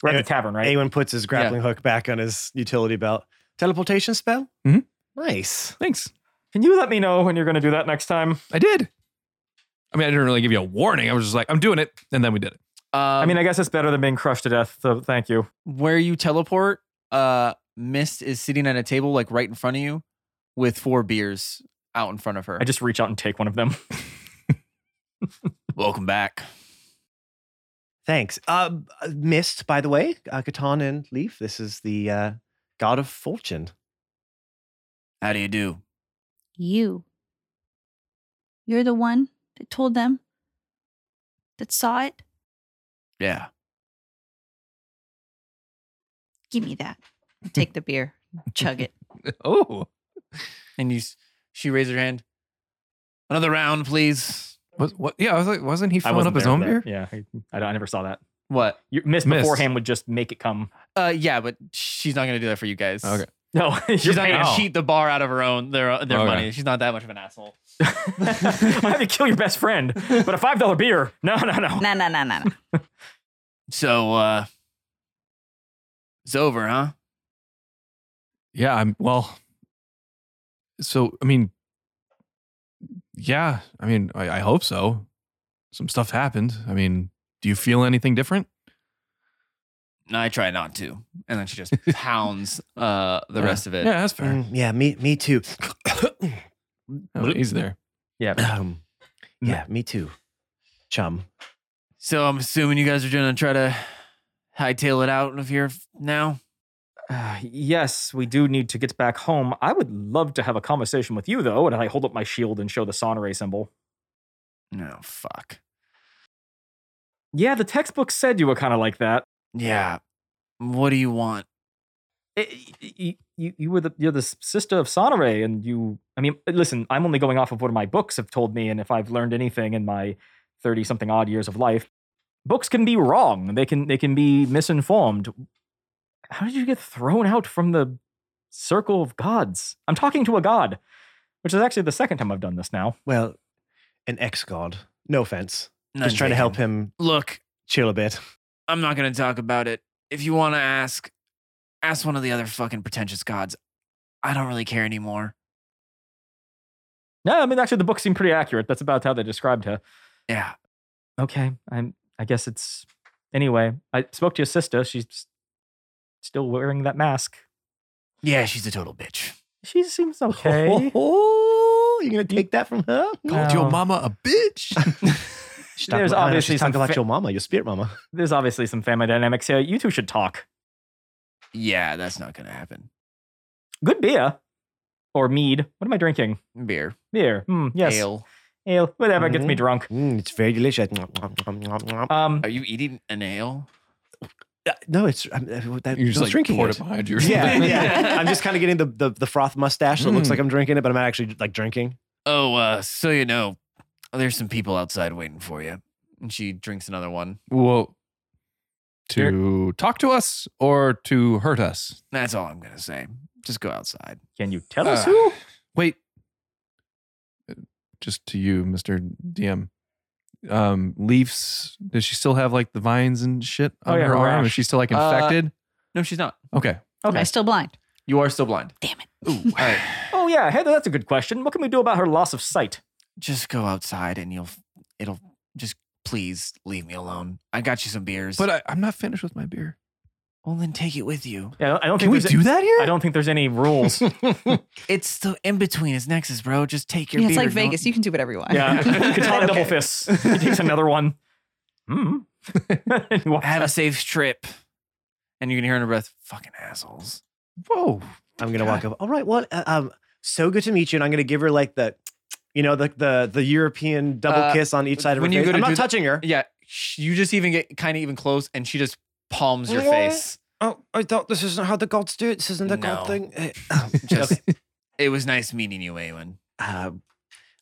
Speaker 4: We're at
Speaker 2: Anyway,
Speaker 4: the tavern, right?
Speaker 2: Awen puts his grappling hook back on his utility belt. Teleportation spell?
Speaker 6: Mhm.
Speaker 2: Nice.
Speaker 6: Thanks.
Speaker 4: Can you let me know when you're going to do that next time?
Speaker 6: I did. I mean, I didn't really give you a warning. I was just like, I'm doing it, and then we did it.
Speaker 3: Um,
Speaker 4: I mean, I guess it's better than being crushed to death. So thank you.
Speaker 3: where you teleport, uh, Mist is sitting at a table like right in front of you, with four beers out in front of her.
Speaker 4: I just reach out and take one of them.
Speaker 3: welcome back.
Speaker 2: Thanks. Uh, Mist, by the way, uh, Catan and Leaf. This is the uh, god of fortune.
Speaker 3: How do you do?
Speaker 5: You. You're the one that told them that saw it.
Speaker 3: Yeah.
Speaker 5: Give me that. I'll Take the beer, chug it.
Speaker 6: Oh,
Speaker 3: And you, s- she raised her hand. Another round, please.
Speaker 6: was, what? Yeah, I was like, wasn't he
Speaker 4: I
Speaker 6: filling up his
Speaker 4: there
Speaker 6: own
Speaker 4: for
Speaker 6: beer?
Speaker 4: that. Yeah, I, I don't- I never saw that.
Speaker 3: What?
Speaker 4: You, miss,
Speaker 6: Miss.
Speaker 4: beforehand would just make it come.
Speaker 3: Uh, yeah, but she's not gonna do that for you guys.
Speaker 6: Okay.
Speaker 4: No, you're
Speaker 3: She's not gonna
Speaker 4: paying.
Speaker 6: Oh.
Speaker 3: cheat the bar out of her own their uh, their
Speaker 6: Okay.
Speaker 3: money. She's not that much of an asshole.
Speaker 4: I have to kill your best friend, but a five dollar beer? No, no, no.
Speaker 5: Nah, nah, nah, nah, nah.
Speaker 3: So uh, it's over, huh?
Speaker 6: Yeah, I'm well. So I mean, yeah, I mean, I, I hope so. Some stuff happened. I mean, do you feel anything different?
Speaker 3: No, I try not to. And then she just pounds uh the
Speaker 6: Yeah.
Speaker 3: rest of it.
Speaker 6: Yeah, that's fair.
Speaker 2: Mm, yeah, me, me too.
Speaker 6: Oh, he's there.
Speaker 4: Yeah,
Speaker 2: Um,
Speaker 4: Mm.
Speaker 2: yeah, me too. Chum.
Speaker 3: So I'm assuming you guys are gonna try to hightail it out of here f- now.
Speaker 4: Uh, yes, we do need to get back home. I would love to have a conversation with you though, and I hold up my shield and show the sonoree symbol.
Speaker 3: No, fuck.
Speaker 4: Yeah, the textbook said you were kind of like that.
Speaker 3: Yeah. What do you want?
Speaker 4: it- you, Eh, you, you were the you're the s- sister of Sonore, and you. I mean, eh, listen, I'm only going off of what my books have told me, and if I've learned anything in my thirty something odd years of life, books can be wrong. They can they can be misinformed. How did you get thrown out from the circle of gods? I'm talking to a god, which is actually the second time I've done this now.
Speaker 2: Well, an ex god. No offense.
Speaker 3: None
Speaker 2: Just trying to help
Speaker 3: taken.
Speaker 2: him
Speaker 3: Look,
Speaker 2: chill a bit.
Speaker 3: I'm not gonna talk about it. If you wanna ask, ask one of the other fucking pretentious gods. I don't really care anymore.
Speaker 4: No, I mean actually the books seem pretty accurate. That's about how they described her.
Speaker 3: Yeah.
Speaker 4: Okay, I'm. I guess it's. Anyway, I spoke to your sister. She's s- still wearing that mask.
Speaker 3: Yeah, she's a total bitch.
Speaker 4: She seems okay.
Speaker 2: You're Oh, gonna take that from her?
Speaker 11: Called your mama a bitch.
Speaker 2: She's talking
Speaker 4: There's
Speaker 2: about- I know,
Speaker 4: obviously
Speaker 2: she's talking
Speaker 4: some
Speaker 2: about
Speaker 4: fa-
Speaker 2: your mama, your spirit mama.
Speaker 4: There's obviously some family dynamics here. You two should talk.
Speaker 3: Yeah, that's not gonna happen.
Speaker 4: Good beer. Or mead. What am I drinking?
Speaker 3: Beer,
Speaker 4: Beer. Hmm. Yes.
Speaker 3: ale.
Speaker 4: Ale. Whatever gets me
Speaker 6: Mm-hmm.
Speaker 2: Mhm.
Speaker 4: drunk.
Speaker 2: Mm, it's very delicious.
Speaker 4: Um,
Speaker 3: Are you eating an ale?
Speaker 2: Uh, no, it's I'm, uh, that,
Speaker 6: You just
Speaker 2: those
Speaker 6: like
Speaker 2: drinking
Speaker 6: poured
Speaker 2: is.
Speaker 6: it behind you.
Speaker 2: Yeah, yeah. I'm just kind of getting the, the the froth mustache, so it looks
Speaker 6: Mm.
Speaker 2: like I'm drinking it, but I'm not actually like drinking.
Speaker 3: Oh, uh, so you know, there's some people outside waiting for you. And she drinks another one.
Speaker 6: Well, to talk to us or to hurt us?
Speaker 3: That's all I'm gonna say. Just go outside.
Speaker 4: can you tell us
Speaker 6: Ah.
Speaker 4: who?
Speaker 6: Wait, Uh, just to you, Mister DM. Um, Leafs. Does she still have like the vines and shit
Speaker 4: Oh,
Speaker 6: on
Speaker 4: yeah,
Speaker 6: her
Speaker 4: her
Speaker 6: arm? Is
Speaker 4: rash.
Speaker 6: she still like
Speaker 3: Uh,
Speaker 6: infected?
Speaker 3: No, she's not.
Speaker 6: okay.
Speaker 4: Okay.
Speaker 5: I'm still blind.
Speaker 3: You are still blind.
Speaker 5: Damn it.
Speaker 3: Ooh, all right.
Speaker 4: Oh yeah, Heather. That's a good question. What can we do about her loss of sight?
Speaker 3: Just go outside and you'll, it'll, just please leave me alone. I got you some beers.
Speaker 6: But I, I'm not finished with my beer.
Speaker 3: well, then take it with you.
Speaker 4: Yeah, I don't- I don't
Speaker 6: Can
Speaker 4: think
Speaker 6: we
Speaker 4: there's a-
Speaker 6: do that
Speaker 4: I
Speaker 6: here?
Speaker 4: don't think there's any rules.
Speaker 3: It's the in between. It's Nexus, bro. Just take your
Speaker 5: Yeah,
Speaker 3: beer.
Speaker 5: it's like
Speaker 3: No-
Speaker 5: Vegas. You can do whatever you want.
Speaker 4: yeah, Katana double
Speaker 5: Okay.
Speaker 4: fists. He takes another one. Hmm. And he walks
Speaker 3: Have a
Speaker 4: out.
Speaker 3: safe trip. And you can hear in her breath, fucking assholes.
Speaker 6: Whoa.
Speaker 2: I'm gonna walk up. All right, well, uh, um, so good to meet you, and I'm gonna give her like the, you know, the the the European double
Speaker 3: Uh,
Speaker 2: kiss on each side of her
Speaker 3: when you
Speaker 2: face.
Speaker 3: go to
Speaker 2: I'm
Speaker 3: do
Speaker 2: not
Speaker 3: the-
Speaker 2: touching her.
Speaker 3: Yeah, sh- you just even get kind of even close, and she just palms your
Speaker 2: Yeah.
Speaker 3: face.
Speaker 2: Oh, I thought this isn't how the gods do it. This isn't
Speaker 3: the god No. thing. Just, it was nice meeting you, Awen.
Speaker 2: Uh,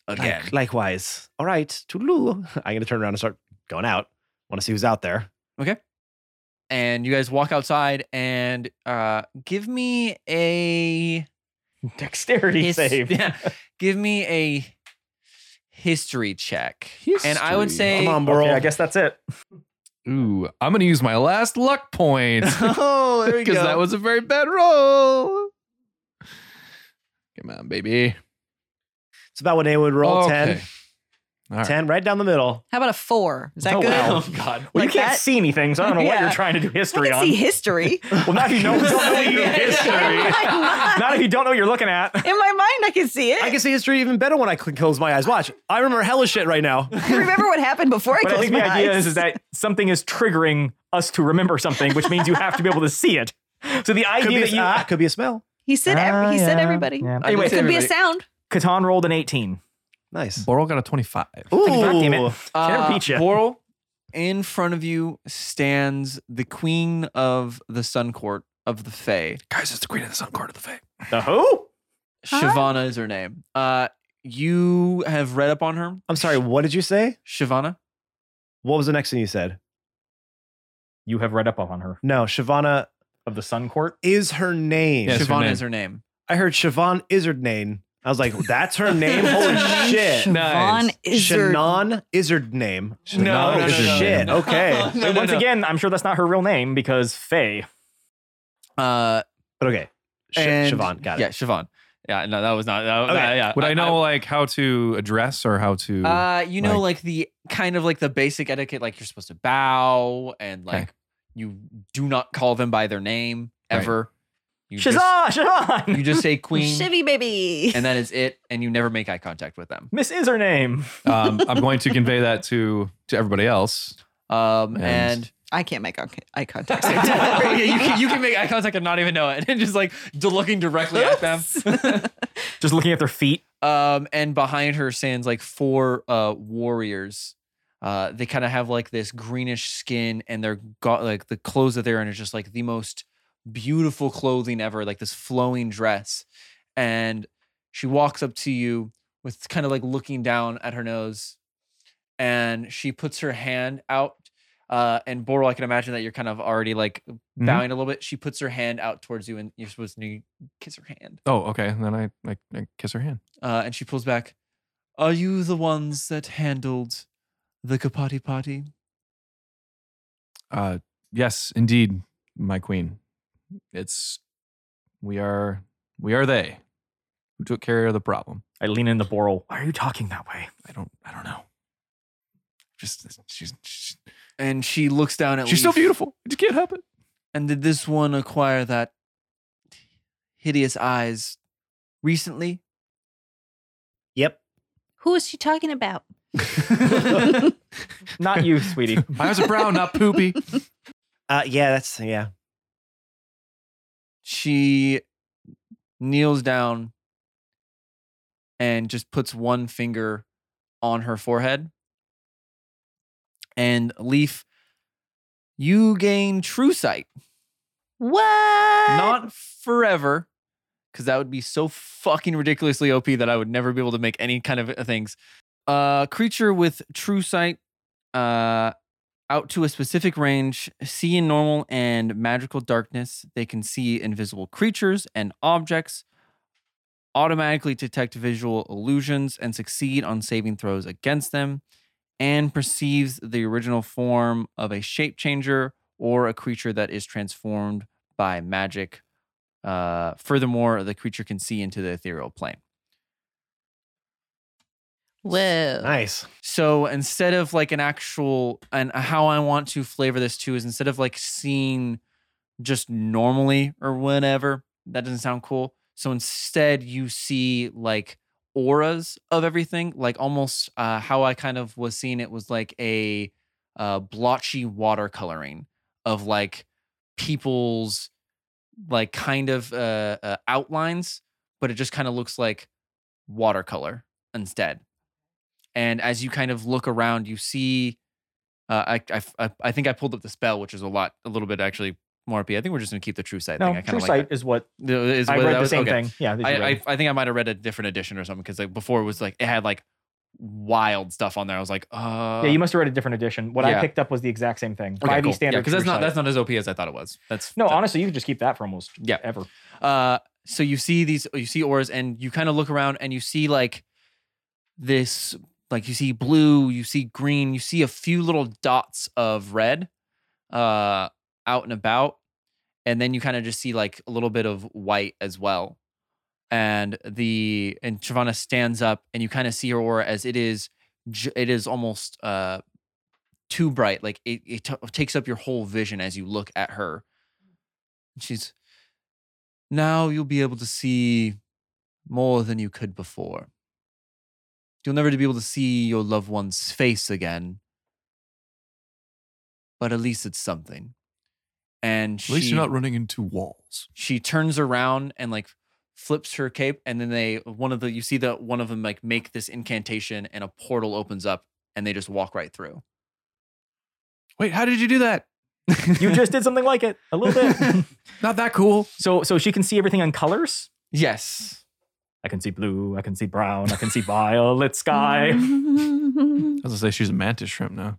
Speaker 3: Again,
Speaker 2: like- likewise. All right, toodaloo. I'm gonna turn around and start going out. Want to see who's out there?
Speaker 3: and you guys walk outside, and uh, give me a
Speaker 4: dexterity
Speaker 3: his-
Speaker 4: save.
Speaker 3: Yeah, give me a history check, and I would
Speaker 6: History.
Speaker 3: say,
Speaker 2: Come on, bro.
Speaker 4: Okay, I guess that's it.
Speaker 6: Ooh, I'm gonna use my last luck point.
Speaker 3: oh, there we go.
Speaker 6: Because that was a very bad roll. Come on, baby.
Speaker 2: It's about when they would roll
Speaker 6: Okay.
Speaker 2: 10,
Speaker 6: All right.
Speaker 2: 10 right down the middle.
Speaker 5: How about a four? Is that
Speaker 4: oh,
Speaker 5: good?
Speaker 4: Wow. God. Well,
Speaker 5: Like
Speaker 4: you can't
Speaker 5: that?
Speaker 4: see anything, so I don't know what
Speaker 5: Yeah.
Speaker 4: you're trying to do
Speaker 5: I
Speaker 4: history
Speaker 5: can
Speaker 4: on.
Speaker 5: see history.
Speaker 4: Well, not if you don't, don't know your
Speaker 5: Yeah,
Speaker 4: history.
Speaker 5: I'm not.
Speaker 4: not if you don't know what you're looking at.
Speaker 5: In my mind, I can see it.
Speaker 2: I can see history even better when I cl- close my eyes. Watch, I remember hella shit right now.
Speaker 5: I remember what happened before I
Speaker 4: But I
Speaker 5: closed
Speaker 4: think
Speaker 5: my
Speaker 4: the idea
Speaker 5: eyes.
Speaker 4: is, is that something is triggering us to remember something, which means you have to be able to see it. So
Speaker 2: Could
Speaker 4: the
Speaker 2: be,
Speaker 4: idea
Speaker 2: a,
Speaker 4: that you
Speaker 2: ah, could be a smell.
Speaker 5: he said.
Speaker 4: Ah,
Speaker 5: Every, he said
Speaker 4: yeah,
Speaker 5: everybody.
Speaker 4: yeah.
Speaker 3: I
Speaker 4: Anyway,
Speaker 3: did say
Speaker 5: It could be a
Speaker 3: everybody.
Speaker 5: sound.
Speaker 4: Catan rolled an 18.
Speaker 2: Nice.
Speaker 6: Boral got a 25.
Speaker 2: Ooh.
Speaker 4: God damn it. Can't
Speaker 3: Uh,
Speaker 4: reach ya.
Speaker 3: Boral, in front of you stands the queen of the Sun Court of the Fae.
Speaker 6: Guys, it's the Queen of the Sun Court of the Fae.
Speaker 4: The who?
Speaker 5: Huh?
Speaker 3: Shivana is her name. Uh, you have read up on her,
Speaker 2: I'm sorry, what did you say?
Speaker 3: Shivana.
Speaker 2: What was the next thing you said?
Speaker 4: You have read up on her.
Speaker 2: No, Shavana
Speaker 4: Of the Sun Court?
Speaker 2: is her name.
Speaker 6: Yes. That's her
Speaker 3: Shivana
Speaker 6: name.
Speaker 3: is her name.
Speaker 2: I heard Siobhan Izzard name. I was like, that's her name? Holy
Speaker 6: Eh,
Speaker 2: shit.
Speaker 5: Siobhan Izzard.
Speaker 2: Shannon Izzard name.
Speaker 6: No, no,
Speaker 2: Izzard.
Speaker 6: no, no,
Speaker 2: shit.
Speaker 6: no.
Speaker 2: Okay.
Speaker 3: No,
Speaker 4: Wait,
Speaker 3: no,
Speaker 4: Once
Speaker 3: no.
Speaker 4: again, I'm sure that's not her real name because Faye.
Speaker 3: Uh,
Speaker 2: But okay. Sh-
Speaker 3: and-
Speaker 2: Siobhan, got
Speaker 3: Yeah,
Speaker 2: it.
Speaker 3: Siobhan. Yeah, no, that was not. That,
Speaker 2: Okay.
Speaker 3: that- yeah.
Speaker 6: Would I, know like how to address or how to?
Speaker 3: uh, you know, like, the kind of like the basic etiquette, like you're supposed to bow and like you do not call them by their name
Speaker 6: Right.
Speaker 3: ever. You just,
Speaker 4: Shazam! Shazam!
Speaker 3: you just say queen,
Speaker 5: Chevy baby.
Speaker 3: and that is it, and you never make eye contact with them.
Speaker 4: Miss is her name.
Speaker 6: um, I'm going to convey that to to everybody else.
Speaker 3: Um,
Speaker 6: And-
Speaker 3: and
Speaker 5: I can't make eye- eye contact. so don't
Speaker 3: yeah,
Speaker 5: worry.
Speaker 3: you can, you can make eye contact and not even know it, and just like d- looking directly at them.
Speaker 4: Just looking at their feet.
Speaker 3: um, and behind her stands like four uh warriors. Uh, they kind of have like this greenish skin, and they're got like the clothes that they're in is just like the most beautiful clothing ever, like this flowing dress. And she walks up to you with kind of like looking down at her nose, and she puts her hand out. Uh, and Boral, I can imagine that you're kind of already like
Speaker 6: Mhm.
Speaker 3: bowing a little bit. She puts her hand out towards you, and you're supposed to kiss her hand.
Speaker 6: Oh, okay. And then I, I, I kiss her hand.
Speaker 3: Uh, and she pulls back. Are you the ones that handled the Kapati Party?
Speaker 6: Uh, yes, indeed, my queen. It's we are we are they who took care of the problem.
Speaker 4: I lean in the Boral. Why are you talking that way?
Speaker 6: I don't I don't know. Just she's she's,
Speaker 3: And she looks down at
Speaker 6: she's so
Speaker 3: Leaf.
Speaker 6: beautiful. You can't help it.
Speaker 3: And did this one acquire that hideous eyes recently?
Speaker 2: Yep.
Speaker 8: Who is she talking about?
Speaker 4: Not you, sweetie.
Speaker 6: My eyes are brown, not poopy.
Speaker 2: Uh, yeah, that's yeah.
Speaker 3: she kneels down and just puts one finger on her forehead. And Leaf, you gain true sight.
Speaker 8: What?
Speaker 3: Not forever, because that would be so fucking ridiculously OP that I would never be able to make any kind of things. Uh, creature with true sight, uh, out to a specific range, see in normal and magical darkness. They can see invisible creatures and objects, automatically detect visual illusions, and succeed on saving throws against them, and perceives the original form of a shape changer or a creature that is transformed by magic. Uh, furthermore, the creature can see into the ethereal plane.
Speaker 8: Whoa.
Speaker 2: Nice.
Speaker 3: So instead of like an actual and how I want to flavor this too is instead of like seeing just normally or whatever, that doesn't sound cool. So instead you see like auras of everything, like almost uh, how I kind of was seeing it was like a uh, blotchy watercoloring of like people's like kind of uh, uh, outlines, but it just kind of looks like watercolor instead and as you kind of look around you see uh, I, I i think i pulled up the spell which is a lot a little bit actually more up i think we're just gonna keep the true sight
Speaker 4: No,
Speaker 3: thing i kind
Speaker 4: true
Speaker 3: of like
Speaker 4: sight
Speaker 3: that.
Speaker 4: is what
Speaker 3: No, is
Speaker 4: I
Speaker 3: what
Speaker 4: read
Speaker 3: that
Speaker 4: the
Speaker 3: was?
Speaker 4: same
Speaker 3: Okay.
Speaker 4: thing. Yeah, these are
Speaker 3: I,
Speaker 4: right.
Speaker 3: I i think i might have read a different edition or something because like before it was like it had like wild stuff on there i was like uh
Speaker 4: yeah, you must have E read a different edition. What I
Speaker 3: yeah.
Speaker 4: picked up was the exact same thing.
Speaker 3: okay,
Speaker 4: 5e
Speaker 3: cool.
Speaker 4: standard.
Speaker 3: yeah because that's
Speaker 4: true
Speaker 3: not that's
Speaker 4: sight.
Speaker 3: not as op as i thought it was that's
Speaker 4: No,
Speaker 3: that-
Speaker 4: honestly, you could just keep that for almost
Speaker 3: Yeah.
Speaker 4: ever.
Speaker 3: Uh, so you see these, you see auras, and you kind of look around and you see like this, like you see blue, you see green, you see a few little dots of red, uh, out and about, and then you kind of just see like a little bit of white as well. And the and Shivana stands up, and you kind of see her aura as it is, j- it is almost uh too bright, like it it t- takes up your whole vision as you look at her. She's now you'll be able to see more than you could before. You'll never be able to see your loved one's face again, but at least it's something. And
Speaker 6: At least
Speaker 3: she,
Speaker 6: you're not running into walls.
Speaker 3: she turns around and like flips her cape and then they one of the you see that one of them like make this incantation and a portal opens up and they just walk right through
Speaker 6: Wait, how did you do that?
Speaker 4: You just did something like it a little bit.
Speaker 6: Not that cool.
Speaker 4: so, so she can see everything in colors.
Speaker 3: yes
Speaker 4: I can see blue. I can see brown. I can see violet sky.
Speaker 12: I
Speaker 8: Mm.
Speaker 12: was gonna say she's a mantis shrimp now.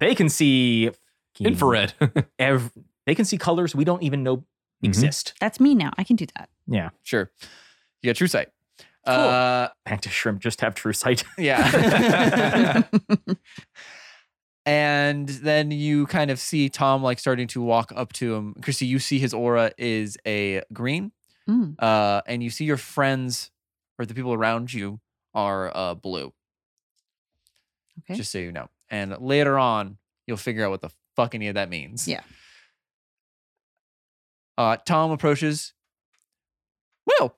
Speaker 4: they can see
Speaker 12: Infrared.
Speaker 4: Ev- they can see colors we don't even know exist.
Speaker 8: That's me now. I can do that.
Speaker 3: sure you got true sight uh
Speaker 4: Mantis shrimp just have true sight.
Speaker 3: yeah and then you kind of see tom like starting to walk up to him christy you see his aura is a green
Speaker 8: Mm.
Speaker 3: uh, and you see your friends or the people around you are uh, blue.
Speaker 8: Okay.
Speaker 3: Just so you know. And later on, you'll figure out what the fuck any of that means.
Speaker 8: Yeah.
Speaker 3: Uh, Tom approaches. Will.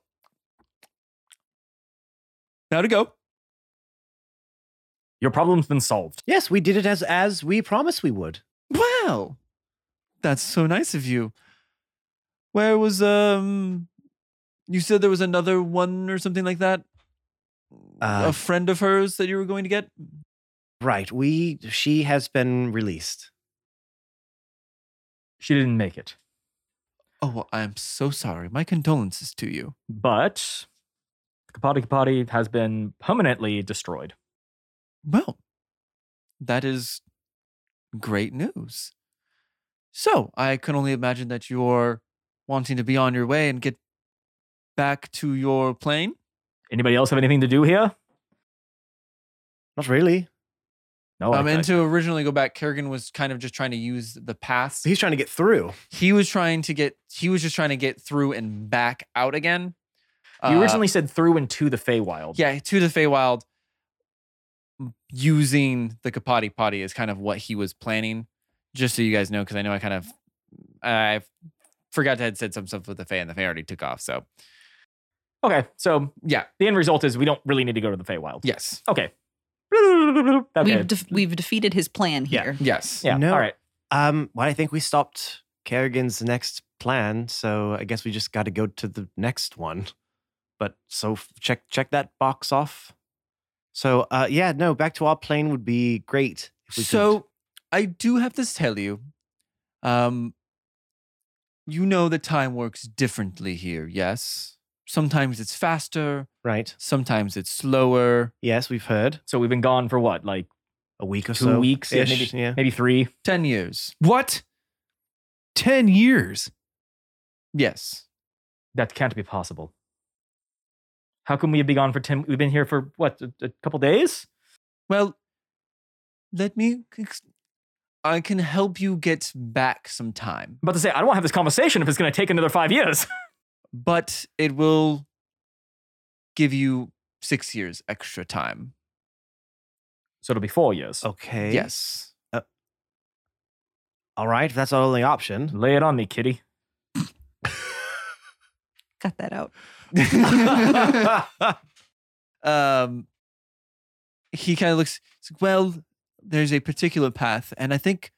Speaker 3: Now to go.
Speaker 4: Your problem's been solved.
Speaker 2: Yes, we did it as as we promised we would.
Speaker 3: Wow. That's so nice of you. Where was um you said there was another one or something like that?
Speaker 2: Uh,
Speaker 3: a friend of hers that you were going to get?
Speaker 2: Right. We she has been released.
Speaker 4: She didn't make it.
Speaker 3: Oh, well, I'm so sorry. My condolences to you.
Speaker 4: But Kapati Kapati has been permanently destroyed.
Speaker 3: Well, that is great news. So I can only imagine that you're wanting to be on your way and get back to your plane.
Speaker 4: Anybody else have anything to do here?
Speaker 2: Not really.
Speaker 4: No,
Speaker 3: um, and to originally go back, Kerrigan was kind of just trying to use the paths.
Speaker 2: He's trying to get through.
Speaker 3: He was trying to get. He was just trying to get through and back out again.
Speaker 4: you
Speaker 3: Uh,
Speaker 4: originally said through and to the Feywild.
Speaker 3: yeah, to the Feywild, m- using the Kapati Potty is kind of what he was planning. Just so you guys know, because I know I kind of I forgot to had said some stuff with the Fey, and the Fey already took off. So
Speaker 4: Okay, so
Speaker 3: Yeah.
Speaker 4: the end result is we don't really need to go to the Feywild.
Speaker 3: Yes.
Speaker 4: Okay. Okay.
Speaker 5: We've def we've defeated his plan
Speaker 2: Yeah.
Speaker 5: here.
Speaker 3: Yes.
Speaker 4: yeah.
Speaker 2: No.
Speaker 4: All right.
Speaker 2: Um, well, I think we stopped Kerrigan's next plan, so I guess we just got to go to the next one. But so f- check check that box off. So uh, yeah, no, back to our plane would be great. If we
Speaker 3: So I do have to tell you, um, you know that time works differently here. Yes. Sometimes it's faster.
Speaker 2: could. right?
Speaker 3: Sometimes it's slower.
Speaker 2: Yes, we've heard
Speaker 4: So we've been gone for what, like
Speaker 2: a week or
Speaker 4: two
Speaker 2: so.
Speaker 4: weeks? Yeah, maybe,
Speaker 2: ish, yeah.
Speaker 4: maybe three.
Speaker 3: Ten years.
Speaker 13: What? 10 years?
Speaker 3: Yes.
Speaker 4: That can't be possible. How can we be gone for 10? We've been here for what, a, a couple days?
Speaker 3: Well, let me. ex- I can help you get back some time,
Speaker 4: I'm about to say, I don't want to have this conversation if it's going to take another five years.
Speaker 3: but it will give you six years extra time.
Speaker 4: so it'll be four years.
Speaker 3: Oh.
Speaker 2: Okay. Uh,
Speaker 3: Yes.
Speaker 2: All right. If that's our only option.
Speaker 4: Lay it on me, kitty.
Speaker 5: Cut that out.
Speaker 3: um, he kind of looks. he's like, well, there's a particular path, and I think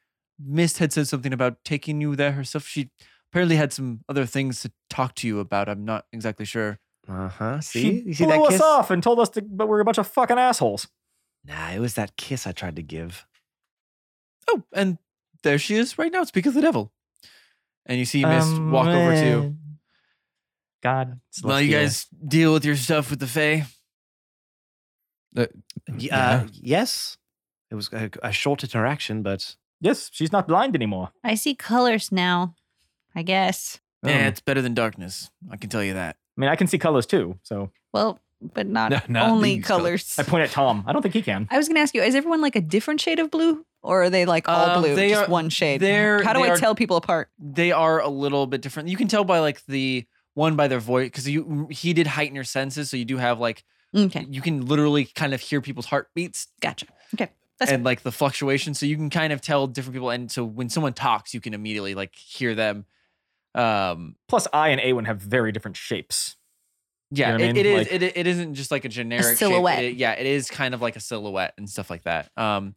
Speaker 3: Mist had said something about taking you there herself. She apparently had some other things to talk to you about. I'm not exactly sure.
Speaker 2: Uh huh. See,
Speaker 4: She
Speaker 2: you see
Speaker 4: blew
Speaker 2: that
Speaker 4: us
Speaker 2: kiss?
Speaker 4: off and told us to, but we're a bunch of fucking assholes.
Speaker 2: Nah, it was that kiss I tried to give.
Speaker 3: Oh, and there she is right now. Speak of the devil. And you see Mist
Speaker 4: Um,
Speaker 3: walk over to you.
Speaker 4: eh, God.
Speaker 3: Well, you
Speaker 4: Celestia.
Speaker 5: eh?
Speaker 3: guys deal with your stuff with the Fae.
Speaker 2: Y-
Speaker 6: Yeah.
Speaker 2: Uh, yes, it was a, a short interaction, but
Speaker 4: Yes, she's not blind anymore.
Speaker 14: I see colors now, I guess.
Speaker 4: Oh.
Speaker 3: Yeah, it's better than darkness. I can tell you that.
Speaker 4: Um, I mean, I can see colors too. So
Speaker 14: Well, but not,
Speaker 6: No, not
Speaker 14: only
Speaker 6: these
Speaker 14: colors.
Speaker 4: I point at Tom. I don't think he can.
Speaker 5: I was gonna ask you, is everyone like a different shade of blue? Or are they like all
Speaker 3: Uh,
Speaker 5: blue?
Speaker 3: they
Speaker 5: Just
Speaker 3: are-
Speaker 5: one shade.
Speaker 3: they're-
Speaker 5: How do
Speaker 3: they
Speaker 5: I
Speaker 3: are-
Speaker 5: tell people apart?
Speaker 3: They are a little bit different. You can tell by like the one by their voice because you he did heighten your senses, so you do have like
Speaker 5: Okay.
Speaker 3: you can literally kind of hear people's heartbeats
Speaker 5: Gotcha. Okay. That's
Speaker 3: and like the fluctuation. So you can kind of tell different people. And so when someone talks, you can immediately like hear them. Um,
Speaker 4: Plus, I and Awen have very different shapes.
Speaker 3: Yeah,
Speaker 4: You know what I
Speaker 3: it,
Speaker 4: mean?
Speaker 3: it is.
Speaker 4: Like-
Speaker 3: it, it isn't just like a generic shape. It-
Speaker 14: silhouette.
Speaker 3: it- yeah, it is kind of like a silhouette and stuff like that. Um,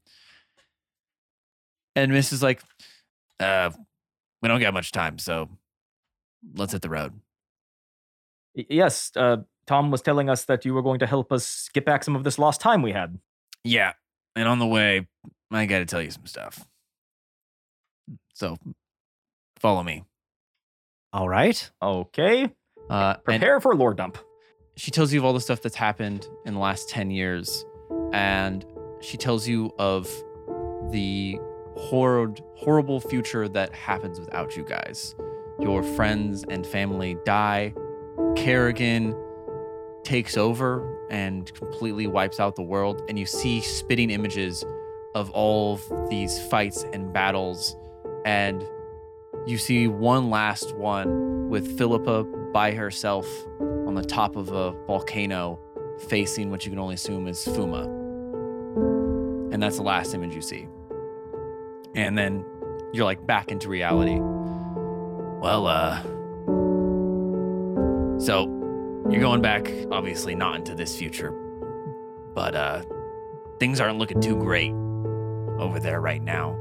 Speaker 3: and Miss is like, uh, we don't got much time, so let's hit the road.
Speaker 4: Y- Yes, uh, Tom was telling us that you were going to help us get back some of this lost time we had.
Speaker 3: Yeah, and on the way, I got to tell you some stuff. So, follow me.
Speaker 2: all right.
Speaker 4: Okay.
Speaker 3: Uh, and-
Speaker 4: Prepare for a lore dump.
Speaker 3: she tells you of all the stuff that's happened in the last 10 years and she tells you of the horrid horrible future that happens without you guys your friends and family die kerrigan takes over and completely wipes out the world and you see spitting images of all of these fights and battles and you see one last one with philippa by herself on the top of a volcano facing what you can only assume is Fuma. And that's the last image you see. And then you're like back into reality. Well, uh. So you're going back, obviously not into this future, but uh, things aren't looking too great over there right now.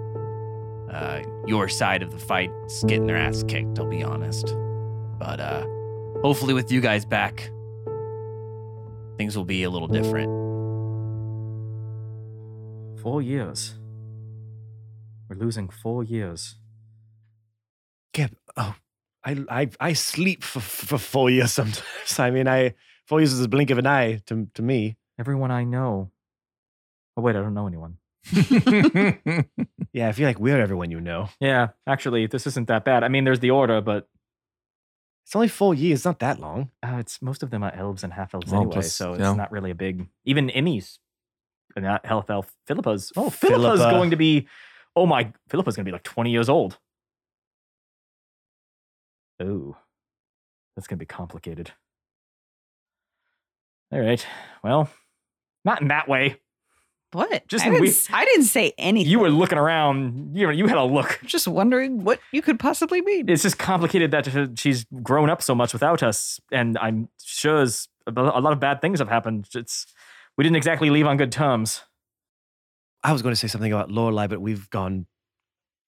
Speaker 3: Uh, your side of the fight's getting their ass kicked, I'll be honest. But uh, hopefully with you guys back things will be a little different
Speaker 4: Four years. We're losing four years.
Speaker 2: Yeah, oh, I I I sleep for for four years sometimes. I mean, I four years is a blink of an eye to to me.
Speaker 4: Everyone I know. Oh, wait, I don't know anyone.
Speaker 2: Yeah, I feel like we're everyone you know.
Speaker 4: Yeah, actually, this isn't that bad. I mean, there's the order, but
Speaker 2: It's only four years, not that long.
Speaker 4: uh, it's most of them are elves and half elves
Speaker 6: Well,
Speaker 4: anyway,
Speaker 6: plus,
Speaker 4: so it's
Speaker 6: yeah.
Speaker 4: not really a big. Even Emmy's, uh, not half elf. Philippa's. Oh, Philippa's
Speaker 2: Philippa.
Speaker 4: going to be. Oh my, Philippa's going to be like 20 years old. Oh, that's going to be complicated. All right, well, not in that way.
Speaker 5: What?
Speaker 4: Just
Speaker 5: I didn't,
Speaker 4: we-
Speaker 5: s- I didn't say anything.
Speaker 4: You were looking around. You were- you had a look.
Speaker 5: just wondering what you could possibly mean.
Speaker 4: It's just complicated that she's grown up so much without us, and I'm sure as- a lot of bad things have happened. It's we didn't exactly leave on good terms.
Speaker 2: I was going to say something about Lorelai, but we've gone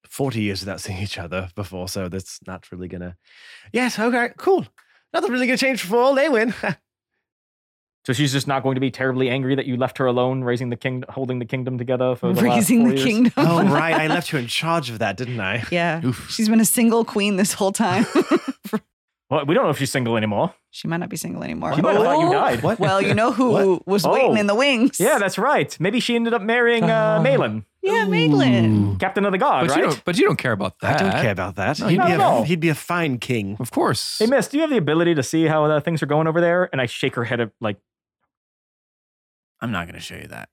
Speaker 2: 40 years without seeing each other before, so that's not really gonna. Yes, okay, cool. Nothing really gonna change for fall. They win.
Speaker 4: So she's just not going to be terribly angry that you left her alone, raising the king, holding the kingdom together for the last
Speaker 5: Raising
Speaker 4: four
Speaker 5: the
Speaker 4: years.
Speaker 5: kingdom.
Speaker 2: oh, right. I left you in charge of that, didn't I?
Speaker 5: Yeah.
Speaker 15: Oof.
Speaker 5: She's been a single queen this whole time.
Speaker 4: Well, we don't know if she's single anymore.
Speaker 5: she might not be single anymore.
Speaker 4: She might have thought you
Speaker 5: Oh,
Speaker 4: died.
Speaker 2: What?
Speaker 5: Well, you know who was waiting
Speaker 4: Oh.
Speaker 5: in the wings?
Speaker 4: Yeah, that's right. Maybe she ended up marrying uh,
Speaker 5: Uh-huh.
Speaker 15: Ah.
Speaker 4: Malin,
Speaker 5: yeah, Maitland.
Speaker 15: Ooh.
Speaker 4: captain of the guard,
Speaker 6: But you
Speaker 4: right?
Speaker 6: don't. But you don't care about
Speaker 2: I
Speaker 6: that.
Speaker 2: don't care about that.
Speaker 6: No,
Speaker 2: he'd,
Speaker 6: not
Speaker 2: be
Speaker 4: at
Speaker 2: a,
Speaker 4: all.
Speaker 2: he'd be a fine king.
Speaker 6: Of course.
Speaker 4: Hey, Miss, do you have the ability to see how uh, things are going over there? And I shake her head, at, like,
Speaker 3: I'm not going to show you that.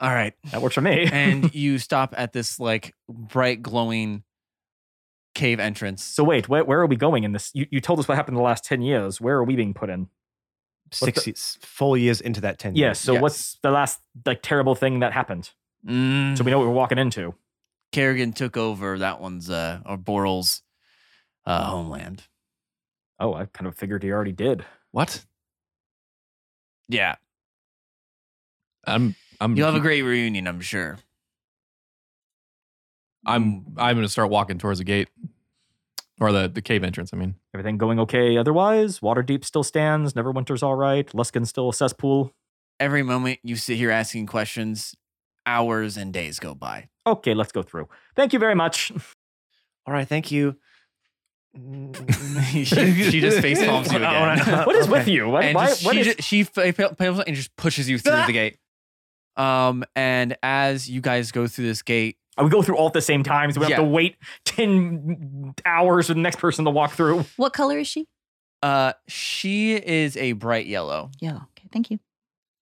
Speaker 3: All right.
Speaker 4: that works for me.
Speaker 3: and you stop at this like bright glowing cave entrance.
Speaker 4: so wait, where, where are we going in this? You, you told us what happened in the last 10 years. Where are we being put in?
Speaker 2: Six, years- four years into that tenure.
Speaker 4: Yeah, so
Speaker 3: Yes.
Speaker 4: what's the last, like, terrible thing that happened?
Speaker 3: Mm,
Speaker 4: So we know what we're walking into.
Speaker 3: Kerrigan took over that one's uh or Boral's uh homeland.
Speaker 4: Oh, I kind of figured he already did.
Speaker 15: What?
Speaker 3: Yeah.
Speaker 6: I'm. I'm.
Speaker 4: Mm,
Speaker 3: You'll have a great reunion, I'm sure.
Speaker 6: I'm. I'm gonna start walking towards the gate, or the the cave entrance. I mean,
Speaker 4: Everything going okay otherwise? Waterdeep still stands. Neverwinter's all right. Luskin's still a cesspool.
Speaker 3: Every moment you sit here asking questions, hours and days go by.
Speaker 4: Okay, let's go through. Thank you very much.
Speaker 2: All right, thank you.
Speaker 3: she, she just face palms you
Speaker 2: All right.
Speaker 3: again.
Speaker 4: What is with
Speaker 2: Okay.
Speaker 4: you? What,
Speaker 3: and
Speaker 4: why,
Speaker 3: just-
Speaker 4: what
Speaker 3: she,
Speaker 4: is-
Speaker 3: ju- she fa- fa- fails and just pushes you through the gate. Um, and as you guys go through this gate,
Speaker 4: we go through all at the same time, so we
Speaker 3: Yeah.
Speaker 4: have to wait 10 hours for the next person to walk through.
Speaker 5: What color is she?
Speaker 3: uh, she is a bright yellow.
Speaker 5: Yellow. Okay, thank you.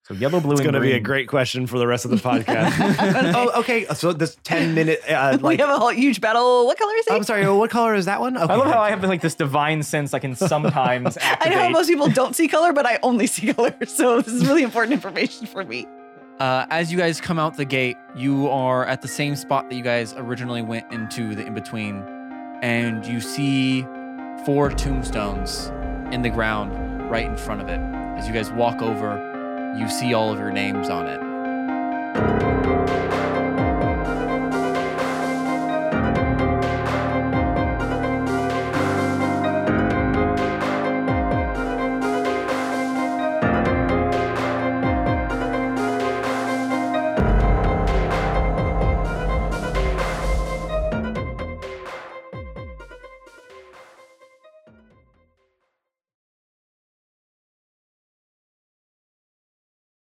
Speaker 4: So yellow, blue,
Speaker 2: It's
Speaker 4: and
Speaker 2: going to be
Speaker 4: green.
Speaker 2: a great question for the rest of the podcast.
Speaker 5: oh,
Speaker 2: oh, okay. So this 10 minute, uh,
Speaker 5: we
Speaker 2: like,
Speaker 5: have a whole huge battle. What color is
Speaker 2: I'm
Speaker 5: it?
Speaker 2: sorry, what color is that one? Okay.
Speaker 4: I love how I have like this divine sense I can sometimes
Speaker 5: I
Speaker 4: activate.
Speaker 5: know most people don't see color, but I only see color. So this is really important information for me.
Speaker 3: Uh, as you guys come out the gate, you are at the same spot that you guys originally went into the in between, and you see four tombstones in the ground right in front of it. As you guys walk over, you see all of your names on it.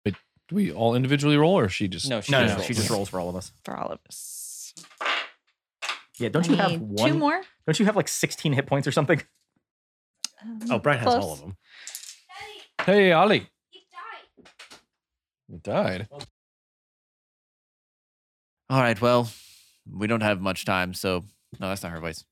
Speaker 6: do we all individually roll, or she just?
Speaker 3: No, she
Speaker 4: no,
Speaker 3: just
Speaker 4: no, no,
Speaker 3: rolls.
Speaker 4: she just rolls for all of us.
Speaker 5: For all of us.
Speaker 4: Yeah, don't
Speaker 5: I
Speaker 4: you have
Speaker 5: need
Speaker 4: one?
Speaker 5: Two more?
Speaker 4: Don't you have like 16 hit points or something?
Speaker 5: Um,
Speaker 2: Oh, Brian has
Speaker 5: close.
Speaker 2: all of them.
Speaker 6: Hey, Ollie. You died.
Speaker 3: All right, well, we don't have much time, so no, that's not her voice.